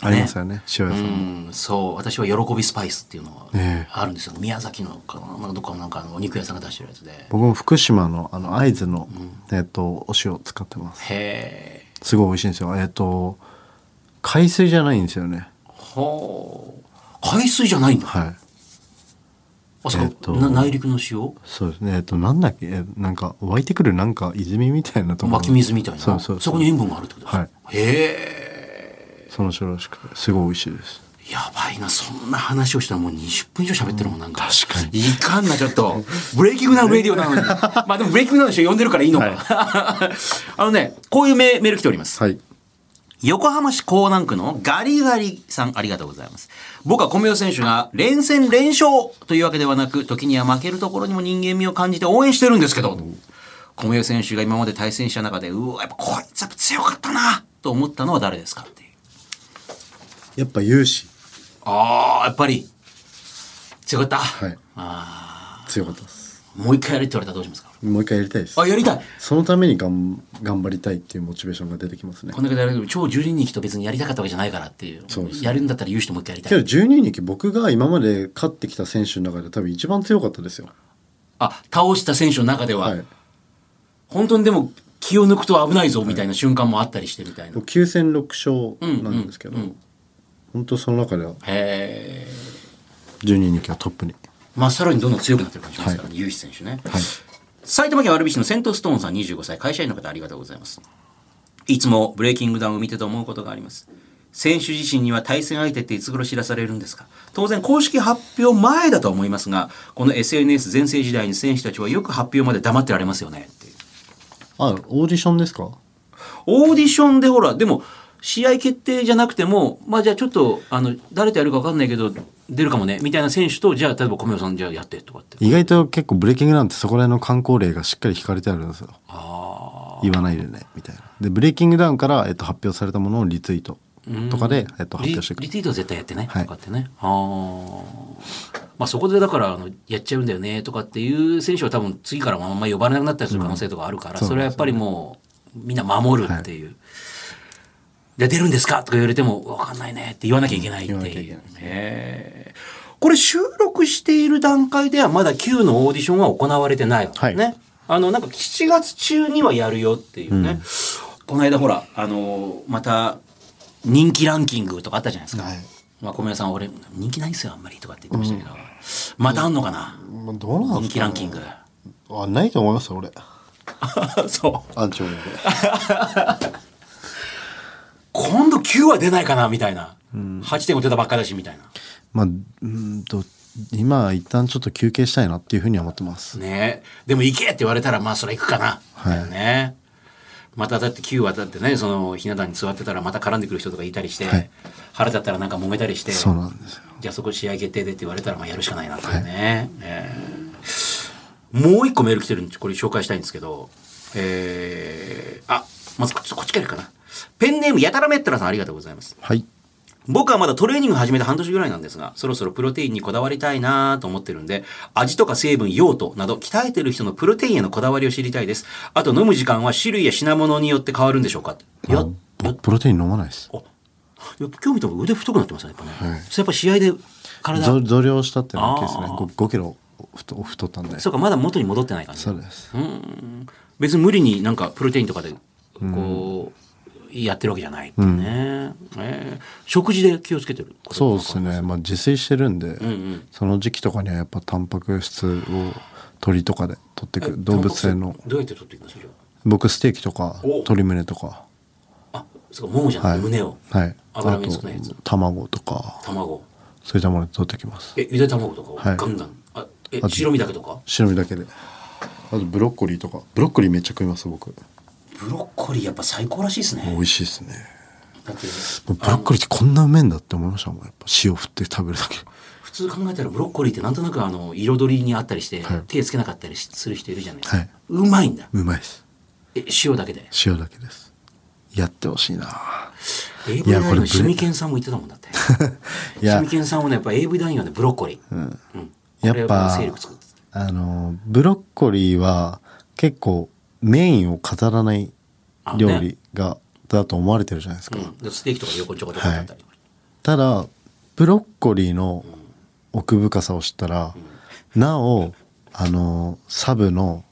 Speaker 2: ありますよね塩屋さん、
Speaker 1: うんそう私は「喜びスパイス」っていうのは
Speaker 2: ええ
Speaker 1: あるんですよ、宮崎のかなどっかのなんかあのお肉屋さんが出してるやつで
Speaker 2: 僕も福島のあの会津の、えっとお塩使ってます
Speaker 1: へえ
Speaker 2: すごい美味しいんですよえっ、と海水じゃないんですよね
Speaker 1: ほう海水じゃないんだ、
Speaker 2: はい
Speaker 1: あそうか
Speaker 2: えっと
Speaker 1: な内陸の塩
Speaker 2: そうですねえっ、となんだっけえなんか湧いてくるなんか泉みたいなところ
Speaker 1: 湧き水みたいな
Speaker 2: そうそう
Speaker 1: こに塩分があるってことですか、
Speaker 2: はい
Speaker 1: へえ
Speaker 2: その塩らしくてすごい美味しいです
Speaker 1: やばいな、そんな話をしたらもう20分以上喋ってるもん、なんか。
Speaker 2: 確か
Speaker 1: に。いかんな、ちょっと。ブレイキングなレディオなのに。まあでも、ブレイキングなの人呼んでるからいいのか。 あのね、こういうメメール来ております。
Speaker 2: はい
Speaker 1: 横浜市港南区のガリガリさん、ありがとうございます。僕は米尾選手が連戦連勝というわけではなく、時には負けるところにも人間味を感じて応援してるんですけど、米尾選手が今まで対戦した中で、うわ、やっぱこいつやっぱ強かったな、と思ったのは誰ですかっていう。
Speaker 2: やっぱ勇士
Speaker 1: ああ、やっぱり、強かった。
Speaker 2: い
Speaker 1: あ
Speaker 2: 強かったです
Speaker 1: あ、もう一回やれって言われたらどうしますか
Speaker 2: もう一回やりたいです
Speaker 1: あ、やりたい
Speaker 2: そのためにがん頑張りたいっていうモチベーションが出てきますね
Speaker 1: こんだけやれる超12人と別にやりたかったわけじゃないからっていう。
Speaker 2: そうですね
Speaker 1: やるんだったら言う人もう一回やりた
Speaker 2: け
Speaker 1: い。
Speaker 2: ど12人僕が今まで勝ってきた選手の中で多分一番強かったですよ
Speaker 1: あ、倒した選手の中では、
Speaker 2: はい
Speaker 1: 本当にでも気を抜くと危ないぞみたいな瞬間もあったりしてみたいな。
Speaker 2: 僕9戦6勝
Speaker 1: う
Speaker 2: なんですけど、
Speaker 1: う
Speaker 2: ほん本当その中では
Speaker 1: へえ。
Speaker 2: 12人はトップに
Speaker 1: まあ、さらにどんどん強くなってる感じしますからね、ユーシ選手ね。埼玉県蕨市のセントストーンさん25歳、会社員の方ありがとうございます。いつもブレイキングダウンを見てと思うことがあります。選手自身には対戦相手っていつ頃知らされるんですか当然公式発表前だとは思いますが、この SNS 全盛時代に選手たちはよく発表まで黙ってられますよねっていう
Speaker 2: あオーディションですか
Speaker 1: オーディションでほら、でも、試合決定じゃなくても、まあじゃあちょっと、あの、誰とやるか分かんないけど、出るかもね、みたいな選手と、じゃあ例えば米尾さんじゃあやってとかって。
Speaker 2: 意外と結構ブレイキングなんてそこら辺の観光例がしっかり引かれてあるんですよ言わないでねみたいなでブレイキングダウンから、えっと、発表されたものをリツイートとかで、えっと、発
Speaker 1: リ
Speaker 2: 表してく
Speaker 1: リ
Speaker 2: る
Speaker 1: ツイートは絶対やってね、
Speaker 2: はい
Speaker 1: とかってねあーまあそこでだからあのやっちゃうんだよねとかっていう選手は多分次からもあんま呼ばれなくなったりする可能性とかあるから、
Speaker 2: うん
Speaker 1: それはやっぱりもうみんな守るっていう。で出るんですかとか言われても分かんないねって言わなきゃいけないって
Speaker 2: 言わなきゃい
Speaker 1: い
Speaker 2: け
Speaker 1: う
Speaker 2: な
Speaker 1: へ
Speaker 2: い。
Speaker 1: えこれ収録している段階ではまだ Q のオーディションは行われてないわけね。
Speaker 2: はい
Speaker 1: あの、なんか7月中にはやるよっていうね。
Speaker 2: うん
Speaker 1: この間ほら、あの、また人気ランキングとかあったじゃないですか。
Speaker 2: はい
Speaker 1: まあ、小宮さん俺人気ないっすよあんまりとかって言ってましたけど、またあんのかな、
Speaker 2: まあどうなん
Speaker 1: 人
Speaker 2: です
Speaker 1: 気ラ
Speaker 2: かね、
Speaker 1: ンキン グ
Speaker 2: あないと思いますよ俺
Speaker 1: そう
Speaker 2: アンチョウより
Speaker 1: 今度9は出ないかなみたいな、8.5出たばっかだしみたいな
Speaker 2: まあうんと今は一旦ちょっと休憩したいなっていうふうには思ってます
Speaker 1: ねでも行けって言われたらまあそれ行くかな、
Speaker 2: はい
Speaker 1: だよねまただって9はだってねそのひな壇に座ってたらまた絡んでくる人とかいたりして、
Speaker 2: はい
Speaker 1: 腹立ったらなんか揉めたりして
Speaker 2: そうなんですよ
Speaker 1: じゃあそこ試合決定でって言われたらまあやるしかないなっていうね、えーもう一個メール来てるんでこれ紹介したいんですけどえー、あまずこっちこっちからいくかなペンネームやたらめったらさんありがとうございます
Speaker 2: はい
Speaker 1: 僕はまだトレーニング始めて半年ぐらいなんですが、そろそろプロテインにこだわりたいなぁと思ってるんで、味とか成分、用途など、鍛えてる人のプロテインへのこだわりを知りたいです。あと飲む時間は種類や品物によって変わるんでしょうかいや、
Speaker 2: あ僕プロテイン飲まないです
Speaker 1: あやっぱ今日見たら腕太くなってますね、やっぱね。
Speaker 2: はい
Speaker 1: それやっぱ試合で体、
Speaker 2: ぞ増量したっていうのは大きいです
Speaker 1: あ
Speaker 2: ね
Speaker 1: ー
Speaker 2: 5, 5キロ太太ったんで
Speaker 1: そうか、まだ元に戻ってない感じ。
Speaker 2: そうです
Speaker 1: うん別に無理になんかプロテインとかでこう、やってるわけじゃないっていうね、えー食事で気をつけてること
Speaker 2: そうですね、まあ、自炊してるんで、
Speaker 1: ん
Speaker 2: その時期とかにはやっぱタンパク質を鶏とかで取ってく動物性の
Speaker 1: どうやって取っていきますじゃ
Speaker 2: 僕ステーキとか
Speaker 1: お
Speaker 2: 鶏胸とか
Speaker 1: ああそうかももじゃなくて
Speaker 2: はい
Speaker 1: 胸を
Speaker 2: はい
Speaker 1: 脂
Speaker 2: あ
Speaker 1: 身
Speaker 2: と
Speaker 1: 少ないやつ
Speaker 2: 卵とか
Speaker 1: 卵
Speaker 2: そういったもので取ってきます
Speaker 1: えゆで卵とかを
Speaker 2: はい
Speaker 1: ガンガン、あえ
Speaker 2: と
Speaker 1: 白身だけとか
Speaker 2: 白身だけであとブロッコリーとかブロッコリーめっちゃ食います僕
Speaker 1: ブロッコリーやっぱ最高らしいです
Speaker 2: 美
Speaker 1: ね
Speaker 2: 味しいですね
Speaker 1: だって
Speaker 2: もうブロッコリーってこんなうめえんだって思いましたもんやっぱ塩振って食べるだけ
Speaker 1: 普通考えたらブロッコリーってなんとなくあの彩りにあったりして、
Speaker 2: はい
Speaker 1: 手つけなかったりしする人いるじゃないですか、
Speaker 2: はいう
Speaker 1: まいんだ
Speaker 2: うまいです
Speaker 1: え塩だけで
Speaker 2: 塩だけですやってほしいな
Speaker 1: AV 男優
Speaker 2: これ
Speaker 1: の
Speaker 2: ブレ
Speaker 1: シミケンさんも言ってたもんだって
Speaker 2: い
Speaker 1: シ
Speaker 2: や
Speaker 1: ミケンさんはねやっぱ AV 男優はねブロッコリー、
Speaker 2: うん
Speaker 1: うん
Speaker 2: や
Speaker 1: これ
Speaker 2: っ
Speaker 1: は
Speaker 2: ぱ
Speaker 1: 勢力作って
Speaker 2: あのブロッコリーは結構メインを飾らない料
Speaker 1: あね
Speaker 2: 理が、だと思われてるじゃないです
Speaker 1: た、
Speaker 2: か、
Speaker 1: うんで、ステーキとか横にちょこちょこってあったりとか、
Speaker 2: ただブロッコリーの奥深さを知ったら、なおあのサブの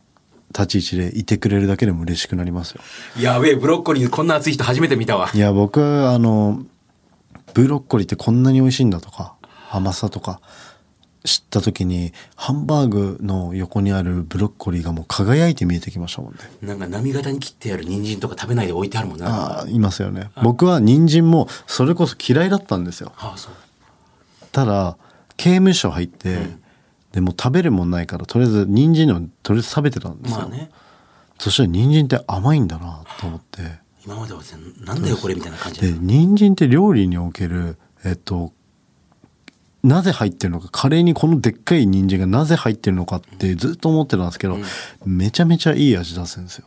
Speaker 2: 立ち位置でいてくれるだけでも嬉しくなりますよ
Speaker 1: やべえブロッコリーこんな熱い人初めて見たわ
Speaker 2: いや僕あのブロッコリーってこんなに美味しいんだとか甘さとか知った時にハンバーグの横にあるブロッコリーがもう輝いて見えてきましたもんね
Speaker 1: なんか波形に切ってある人参とか食べないで置いてあるもんな。あ
Speaker 2: ああいますよね僕は人参もそれこそ嫌いだったんですよ
Speaker 1: あ、そう。
Speaker 2: ただ刑務所入って、でもう食べるもんないからとりあえず人参のとりあえず食べてたんですよ、
Speaker 1: まあね。
Speaker 2: そしたら人参って甘いんだなと思って
Speaker 1: 今までは全なんだよこれみたいな感じだ
Speaker 2: で
Speaker 1: った
Speaker 2: 人参って料理におけるえっとなぜ入ってるのかカレーにこのでっかい人参がなぜ入ってるのかってずっと思ってたんですけど、めちゃめちゃいい味出すんですよ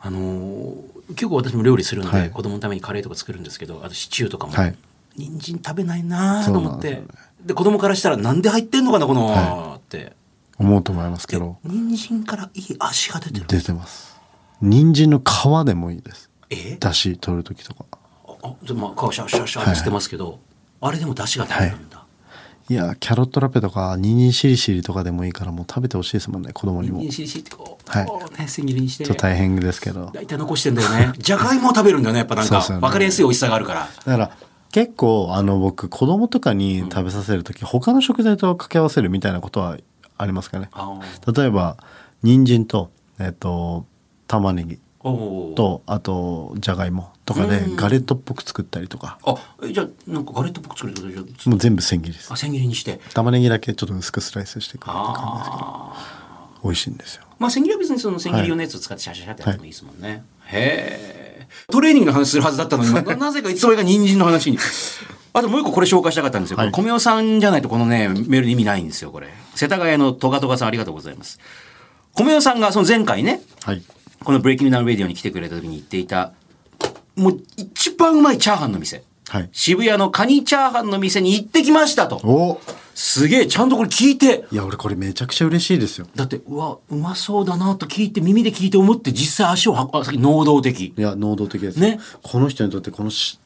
Speaker 1: あのー結構私も料理するので、
Speaker 2: はい
Speaker 1: 子供のためにカレーとか作るんですけど、あとシチューとかも。
Speaker 2: はい
Speaker 1: 人参食べないなーと思っ
Speaker 2: そう
Speaker 1: て。
Speaker 2: なんで
Speaker 1: で子供からしたらなんで入ってんのかなこの、
Speaker 2: は
Speaker 1: って。
Speaker 2: 思うと思いますけ
Speaker 1: で
Speaker 2: ど
Speaker 1: 人参からいい足が出てる。
Speaker 2: 出てます人参の皮でもいいです
Speaker 1: え？
Speaker 2: だし取る時とか
Speaker 1: ああ、でまあ顔シャーシャーシャーってしてますけど、あれでも出汁が出るんだ。
Speaker 2: いやキャロットラペとかニンニンしりしりとかでもいいからもう食べてほしいですもんね子供に
Speaker 1: 人
Speaker 2: も
Speaker 1: 参
Speaker 2: ち
Speaker 1: しりしりってこう、
Speaker 2: はい
Speaker 1: こうね千切りにして
Speaker 2: ょっ。と大変ですけど
Speaker 1: 大体残してんだよ ね。じゃがいもを食べるんだよね、やっぱなん
Speaker 2: そう
Speaker 1: か、
Speaker 2: ですよね
Speaker 1: 分かりやすい美味しさがあるから。
Speaker 2: だから結構あの僕子供とかに食べさせる時、他の食材と掛け合わせるみたいなことはありますかね
Speaker 1: あ
Speaker 2: 例えば人参とえっ、と玉ねぎ
Speaker 1: おお
Speaker 2: とあとじゃがいもとかで
Speaker 1: うん
Speaker 2: ガレットっぽく作ったりとか、
Speaker 1: あえじゃあなんかガレットっぽく作るってことでしょ
Speaker 2: もう全部千切りです
Speaker 1: あ千切りにして
Speaker 2: 玉ねぎだけちょっと薄くスライスしていくっていう感じですけど
Speaker 1: ああ
Speaker 2: 美味しいんですよ
Speaker 1: まあ千切りは別にその千切り用のやつを使ってシャシャシャってやってもいいですもんね、へえトレーニングの話するはずだったのにななぜかいつの間にか人参の話 にあともう一個これ紹介したかったんですよ、
Speaker 2: はい
Speaker 1: これ米尾さんじゃないとこのねメールに意味ないんですよこれ世田谷のトガトガさんありがとうございます米尾さんがその前回ね
Speaker 2: はい
Speaker 1: この「ブレイキングダウン・レディオ」に来てくれた時に言っていたもう一番うまいチャーハンの店
Speaker 2: はい
Speaker 1: 渋谷のカニチャーハンの店に行ってきましたと
Speaker 2: お
Speaker 1: すげえちゃんとこれ聞いて
Speaker 2: いや俺これめちゃくちゃ嬉しいですよ
Speaker 1: だってうわうまそうだなと聞いて耳で聞いて思って実際足を運あさっき能動的
Speaker 2: いや能動的です
Speaker 1: ね
Speaker 2: ねこの人にとってこのし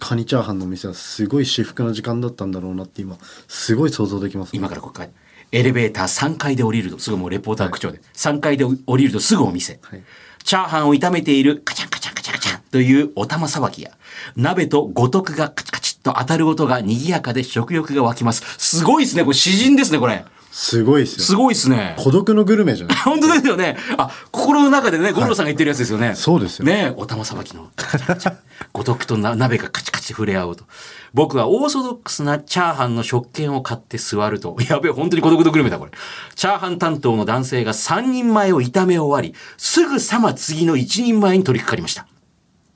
Speaker 2: カニチャーハンのお店はすごい至福な時間だったんだろうなって今すごい想像できます、ね、
Speaker 1: 今からここからエレベーター3階で降りるとすぐもうレポーター口調で、3階で降りるとすぐお店、
Speaker 2: はい
Speaker 1: チャーハンを炒めているカチャンカチャンカチャンカチャンというお玉さばきや鍋と五徳がカチカチッと当たる音が賑やかで食欲が湧きますすごいですねこれ詩人ですねこれ
Speaker 2: すごいです
Speaker 1: す
Speaker 2: よ
Speaker 1: ごいですね
Speaker 2: 孤独のグル メじゃない
Speaker 1: 本当ですよねあ心の中でね五郎さんが言ってるやつですよね、
Speaker 2: そうですよ
Speaker 1: ねえお玉さばきの カチャカチャ五徳とな鍋がカチカチ触れ合うと僕はオーソドックスなチャーハンの食券を買って座ると やべえ本当に孤独とグルメだこれチャーハン担当の男性が3人前を炒め終わりすぐさま次の1人前に取り掛かりました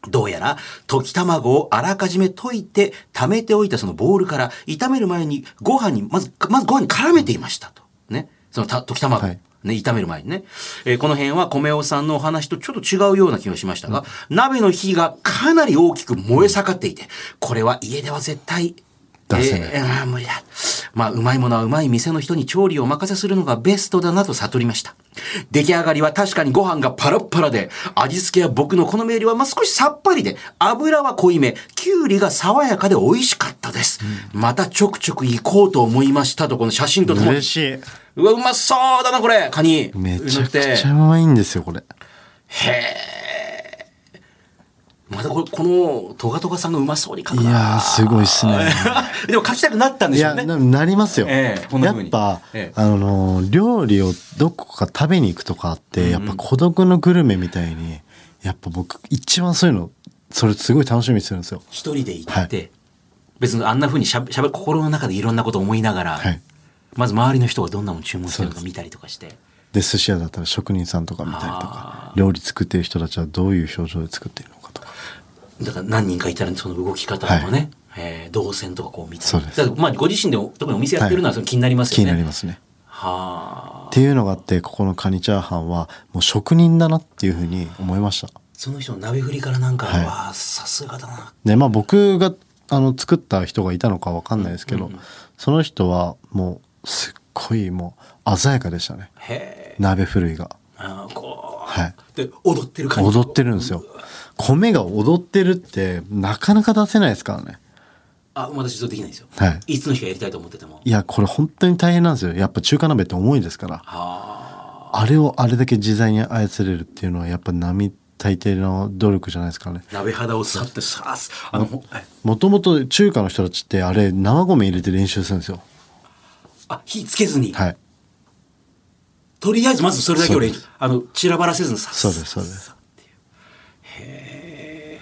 Speaker 1: どうやら、溶き卵をあらかじめ溶いて、溜めておいたそのボウルから、炒める前にご飯に、まず、まずご飯に絡めていましたと。ね。そのた溶き卵。
Speaker 2: はい
Speaker 1: ね、炒める前にね。えーこの辺は米尾さんのお話とちょっと違うような気がしましたが、鍋の火がかなり大きく燃え盛っていて、これは家では絶対、
Speaker 2: 出せない
Speaker 1: えーあー無理だ。まあ、うまいものはうまい店の人に調理をお任せするのがベストだなと悟りました。出来上がりは確かにご飯がパラッパラで、味付けは僕の好みよりはまあ少しさっぱりで、油は濃いめ、きゅうりが爽やかで美味しかったです。またちょくちょく行こうと思いましたと、この写真とともに
Speaker 2: 嬉。し
Speaker 1: うわ、うまそうだな、これカニ。
Speaker 2: いめちゃく
Speaker 1: 塗っ
Speaker 2: ち
Speaker 1: て
Speaker 2: ゃうまいんですよこれ
Speaker 1: またこれこのトガトガさんがうまそうに書く
Speaker 2: い
Speaker 1: な。
Speaker 2: やーすごいっすね
Speaker 1: でも書きたくなったんで
Speaker 2: い
Speaker 1: しょ
Speaker 2: や
Speaker 1: うね。
Speaker 2: ななりますよ、
Speaker 1: ええこんな
Speaker 2: や
Speaker 1: 風
Speaker 2: っ
Speaker 1: に
Speaker 2: ぱ、
Speaker 1: ええ
Speaker 2: あのー料理をどこか食べに行くとかあって、やっぱ孤独のグルメみたいにやっぱ僕一番そういうのそれすごい楽しみにするんですよ
Speaker 1: 一人で行って、
Speaker 2: は
Speaker 1: 別にあんな風にしゃべしゃべ心の中でいろんなこと思いながら、
Speaker 2: はい
Speaker 1: まず周りの人がどんなもの注文してるのか見たりとかして
Speaker 2: で寿司屋だったら職人さんとか見たりとか料理作ってる人たちはどういう表情で作ってるのかとか
Speaker 1: だから何人かいたらその動き方とかね、えー動線とかこう見て
Speaker 2: そうです
Speaker 1: だからまあご自身で特にお店やってるのはその気になります
Speaker 2: 気
Speaker 1: よ
Speaker 2: に
Speaker 1: ね、
Speaker 2: なりますね。
Speaker 1: はあ
Speaker 2: っていうのがあってここのカニチャーハンはもう職人だなっていうふうに思いました。
Speaker 1: その人の鍋振りからなんか、
Speaker 2: はい
Speaker 1: わあさすがだな
Speaker 2: でまあ僕があの作った人がいたのかわかんないですけど、その人はもうすっごいもう鮮やかでしたね
Speaker 1: へえ
Speaker 2: 鍋ふるいが。
Speaker 1: あーこう、
Speaker 2: はい
Speaker 1: で踊ってる感じ
Speaker 2: 踊ってるんですよ米が踊ってるってなかなか出せないですからね
Speaker 1: あ私そうできないんですよ、、
Speaker 2: はい
Speaker 1: つの日かやりたいと思ってても
Speaker 2: いやこれ本当に大変なんですよやっぱ中華鍋って重いですから
Speaker 1: はあ
Speaker 2: あれをあれだけ自在に操れるっていうのはやっぱ並大抵の努力じゃないですからね
Speaker 1: 鍋肌をさってさああの、はい
Speaker 2: もともと中華の人たちってあれ生米入れて練習するんですよ
Speaker 1: あ火つけずに、
Speaker 2: はい
Speaker 1: とりあえずまずそれだけ俺
Speaker 2: そうで
Speaker 1: あの散らばらせずにさ
Speaker 2: そうですそうです
Speaker 1: さっていうへ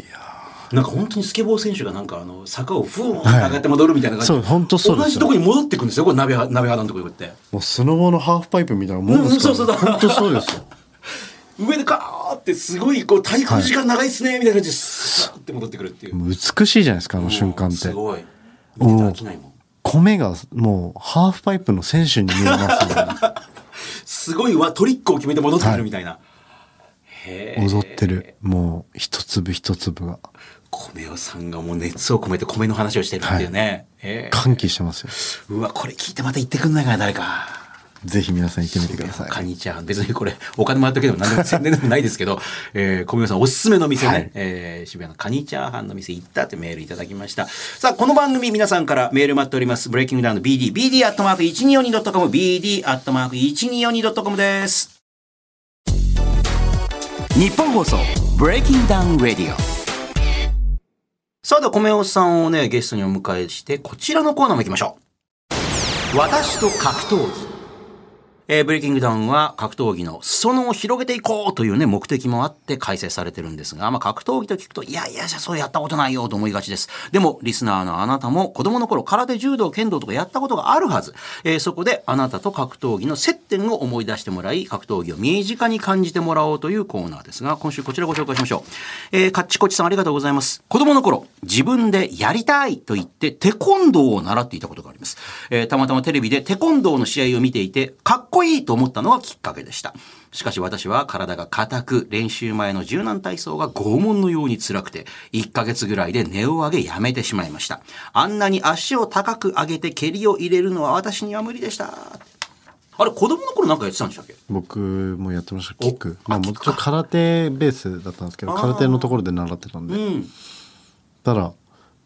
Speaker 1: えなんか本当にスケボー選手がなんかあの坂をふーんって上がって戻るみたいな感じ、
Speaker 2: はいそう本当そうです
Speaker 1: 同じとこに戻ってくんですよこれ鍋は鍋肌のとこにこうやって
Speaker 2: もうスノボのハーフパイプみたいなもんですから、
Speaker 1: うんうんそうそうそう
Speaker 2: 本当そうですよ
Speaker 1: 上でカーってすごいこう滞空時間長いっすねみたいな感じでさーって戻ってくるっていう
Speaker 2: もう美しいじゃないですかあの瞬間って
Speaker 1: すごい見てたら飽きないもん
Speaker 2: 米がもうハーフパイプの選手に見えますよね
Speaker 1: すごいわトリックを決めて戻ってくるみたいな、へ え
Speaker 2: 踊ってるもう一粒一粒が
Speaker 1: 米尾さんがもう熱を込めて米の話をしてるっていうね、ええ
Speaker 2: 歓喜してますよ
Speaker 1: うわこれ聞いてまた行ってくんないかな誰か
Speaker 2: ぜひ皆さん行ってみてください
Speaker 1: カニちゃん別にこれお金もらったけでも何 でも宣伝でもないですけど、えー、小宮さんおすすめの店ね、
Speaker 2: はい
Speaker 1: えー渋谷のカニチャーハンの店行ったってメールいただきましたさあこの番組皆さんからメール待っておりますブレイキングダウンの BD BD アットマーク 1242.com BD アットマーク 1242.com です日本放送ブレイキングダウンレディオさあでは米尾さんをねゲストにお迎えしてこちらのコーナーも行きましょう私と格闘技えーブレイキングダウンは格闘技の裾野を広げていこうというね、目的もあって開催されてるんですが、まあ格闘技と聞くと、いやいや、じゃあそうやったことないよと思いがちです。でも、リスナーのあなたも子供の頃、空手、柔道、剣道とかやったことがあるはず。えーそこであなたと格闘技の接点を思い出してもらい、格闘技を身近に感じてもらおうというコーナーですが、今週こちらご紹介しましょう。えー、カッチコチさんありがとうございます。子供の頃、自分でやりたいと言って、テコンドーを習っていたことがあります。えーたまたまテレビでテコンドーの試合を見ていて、かっこいいと思ったのがきっかけでした。しかし私は体が硬く、練習前の柔軟体操が拷問のように辛くて、1ヶ月ぐらいで根を上げやめてしまいました。あんなに足を高く上げて蹴りを入れるのは私には無理でした。あれ、子供の頃なんかやってたんでしたっけ
Speaker 2: 僕もやってましたキック
Speaker 1: お
Speaker 2: まあ
Speaker 1: あ
Speaker 2: もう
Speaker 1: キック
Speaker 2: ちょっと空手ベースだったんですけど
Speaker 1: あー
Speaker 2: 空手のところで習ってたんで、
Speaker 1: うん。
Speaker 2: たら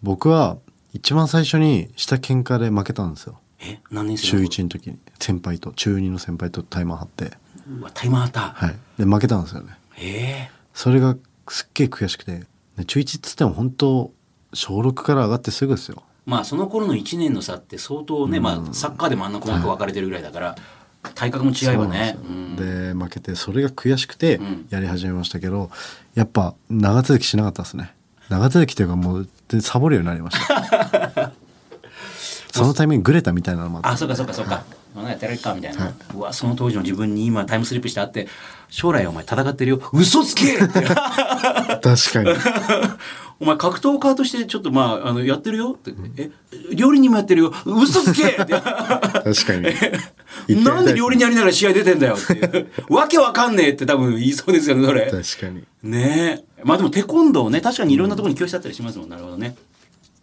Speaker 2: 僕は一番最初にした喧嘩で負けたんですよ
Speaker 1: え何年生
Speaker 2: 週1の時に先輩と中2の先輩とタイマー張って
Speaker 1: うわタイマーあった
Speaker 2: はいで負けたんですよね
Speaker 1: ええ
Speaker 2: それがすっげえ悔しくてで中1っつっても本当小6から上がってすぐですよ
Speaker 1: まあその頃の1年の差って相当ね、まあ、サッカーでもあんな細かく分かれてるぐらいだから、体格も違えばね
Speaker 2: そううなん
Speaker 1: ん
Speaker 2: ですよで負けてそれが悔しくて
Speaker 1: ん
Speaker 2: やり始めましたけど、やっぱ長続きしなかったですね長続きというかもうでサボるようになりました そのタイミンググレたみたいなのもあ
Speaker 1: あ
Speaker 2: って
Speaker 1: そうかそうかそうか、こんなのやってられるかみたいな、うわその当時の自分に今タイムスリップしてあって将来お前戦ってるよ嘘つけって
Speaker 2: 確かに
Speaker 1: お前格闘家としてちょっとまああのやってるよって、え料理人もやってるよ嘘つ けって
Speaker 2: 確かに言ってみたいすね
Speaker 1: なんで料理人やりながら試合出てんだよっていうわけわかんねえって多分言いそうですよねそれ
Speaker 2: 確かに
Speaker 1: ねえ。まあでもテコンドーね、確かにいろんなところに教室あったりしますもん。なるほどね。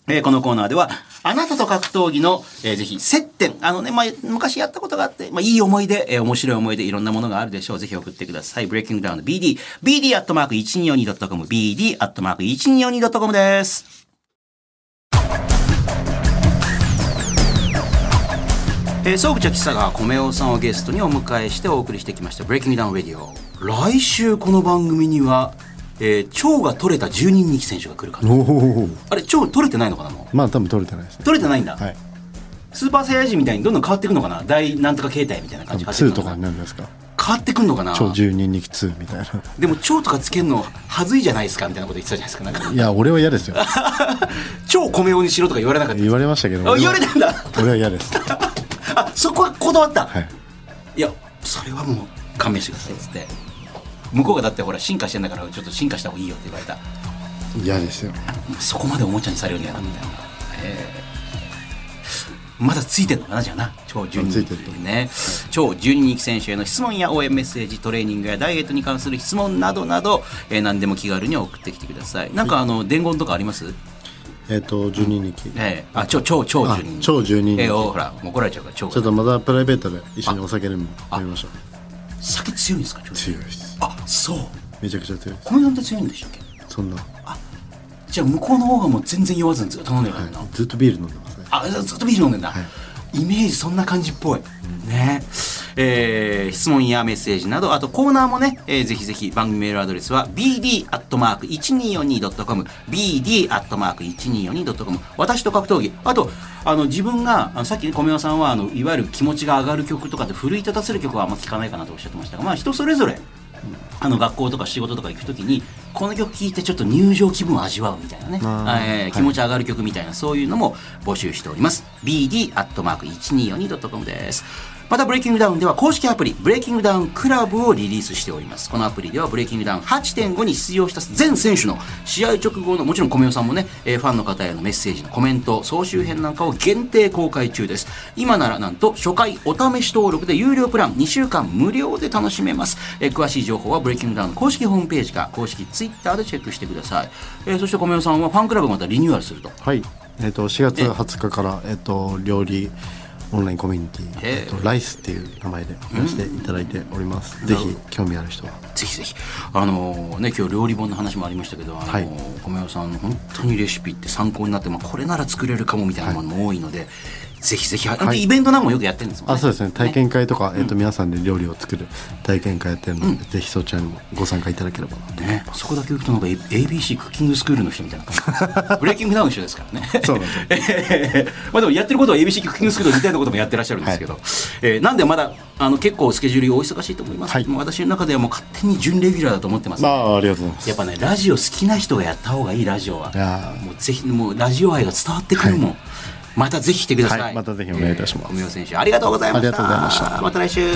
Speaker 1: えーこのコーナーでは、あなたと格闘技の、えーぜひ、接点。あのね、まあ、昔やったことがあって、まあ、いい思い出、えー面白い思い出、いろんなものがあるでしょう。ぜひ送ってください。ブレイキングダウンの BD。BD アットマーク 1242.com。BD アットマーク 1242.com です。えー、総口秋が米尾さんをゲストにお迎えしてお送りしてきました「ブレイキングダウンレディオ」来週この番組には、えー、腸が取れた12人選手が来るから
Speaker 2: おお
Speaker 1: あれ腸取れてないのかなもう
Speaker 2: まあ多分取れてないですね
Speaker 1: 取れてないんだ、
Speaker 2: はい
Speaker 1: スーパーサイヤ人みたいにどんどん変わっていくのかな大なんとか形態みたいな
Speaker 2: 多
Speaker 1: 感じ
Speaker 2: 分
Speaker 1: で変
Speaker 2: 2
Speaker 1: わってい
Speaker 2: と
Speaker 1: くの
Speaker 2: かになるんですか
Speaker 1: な変わってくんのかな
Speaker 2: 超12人気2みたいな
Speaker 1: でも腸とかつけるのはずいじゃないですかみたいなこと言ってたじゃないですかなんか
Speaker 2: いや俺は嫌ですよ
Speaker 1: 超米用にしろとか言われなかった
Speaker 2: 言われましたけど
Speaker 1: あ
Speaker 2: 俺
Speaker 1: 言
Speaker 2: は
Speaker 1: われたんだ
Speaker 2: 俺は嫌 です
Speaker 1: あそこはこだわった、
Speaker 2: はい
Speaker 1: いやそれはもう勘弁してくださいっつって向こうがだってほら進化してんだからちょっと進化した方がいいよって言われた
Speaker 2: 嫌ですよ
Speaker 1: そこまでおもちゃにされるんだよなみたいな、ええまだついてんのかなじゃあな超12
Speaker 2: つ
Speaker 1: 人
Speaker 2: いてると思
Speaker 1: ね超12人選手への質問や応援メッセージトレーニングやダイエットに関する質問などなど、えー何でも気軽に送ってきてくださいなんかあの伝言とかあります
Speaker 2: えっ、と12人気、
Speaker 1: ええあ超超超12人
Speaker 2: あ超12人
Speaker 1: ええおほらもう怒られちゃうから超
Speaker 2: ちょっとまたプライベートで一緒にお酒でも
Speaker 1: あ
Speaker 2: 飲みましょう
Speaker 1: 酒強いんですか超
Speaker 2: 強いです
Speaker 1: あそう
Speaker 2: めちゃくちゃ強いです
Speaker 1: 米さんって強いんでしたっけ
Speaker 2: そんな、は
Speaker 1: じゃあ向こうの方がもう全然酔わずにずっと頼んでるからな、
Speaker 2: い、ずっとビール飲んでますね
Speaker 1: あずっとビール飲んでんだ、イメージそんな感じっぽい、ねえー質問やメッセージなどあとコーナーもね、えーぜひぜひ番組メールアドレスは bd.1242.com bd.1242.com 私と格闘技あとあの自分があのさっきね米尾さんはあのいわゆる気持ちが上がる曲とかで奮い立たせる曲はあんま聞かないかなとおっしゃってましたが、まあ、人それぞれあの学校とか仕事とか行くときにこの曲聴いてちょっと入場気分を味わうみたいなね、
Speaker 2: あー
Speaker 1: えー気持ち上がる曲みたいなそういうのも募集しております bd.1242.com ですまたブレイキングダウンでは公式アプリブレイキングダウンクラブをリリースしておりますこのアプリではブレイキングダウン8.5に出場した全選手の試合直後のもちろん米尾さんもね、えーファンの方へのメッセージのコメント総集編なんかを限定公開中です今ならなんと初回お試し登録で有料プラン2週間無料で楽しめます、えー詳しい情報はブレイキングダウン公式ホームページか公式ツイッターでチェックしてください、えーそして米尾さんはファンクラブまたリニューアルすると
Speaker 2: はいえっ、と4月20日からえっ、と料理オンラインコミュニティ、
Speaker 1: え
Speaker 2: えっとライスっていう名前でやらせていただいております、ぜひ興味ある人は
Speaker 1: ぜひぜひあのーね今日料理本の話もありましたけど、あのー
Speaker 2: はい
Speaker 1: 米尾さんの本当にレシピって参考になって、まあ、これなら作れるかもみたいなものも多いので、ぜひぜひ、あとイベントなんかもよくやってるんですもんね
Speaker 2: あそうですね体験会とか、えっと皆さんで料理を作る体験会やってるので、ぜひそちらにもご参加いただければなと
Speaker 1: ね、そこだけ言うとなんか A- ABC クッキングスクールの人みたいな感じブレイキングダウンの人ですからね
Speaker 2: そうなん
Speaker 1: です まあでもやってることは ABC クッキングスクールみたいなこともやってらっしゃるんですけど、えーなんでまだあの結構スケジュールお忙しいと思います、
Speaker 2: はい
Speaker 1: もう私の中ではもう勝手に準レギュラーだと思ってます、
Speaker 2: まあありがとうございます
Speaker 1: やっぱねラジオ好きな人がやった方がいいラジオはい
Speaker 2: やー
Speaker 1: もうぜひもうラジオ愛が伝わってくるもん、またぜひ来てください、
Speaker 2: はいまたぜひお願いいたし
Speaker 1: え
Speaker 2: ます
Speaker 1: ー小宮選手ありがとうございました
Speaker 2: ありがとうございました
Speaker 1: また来週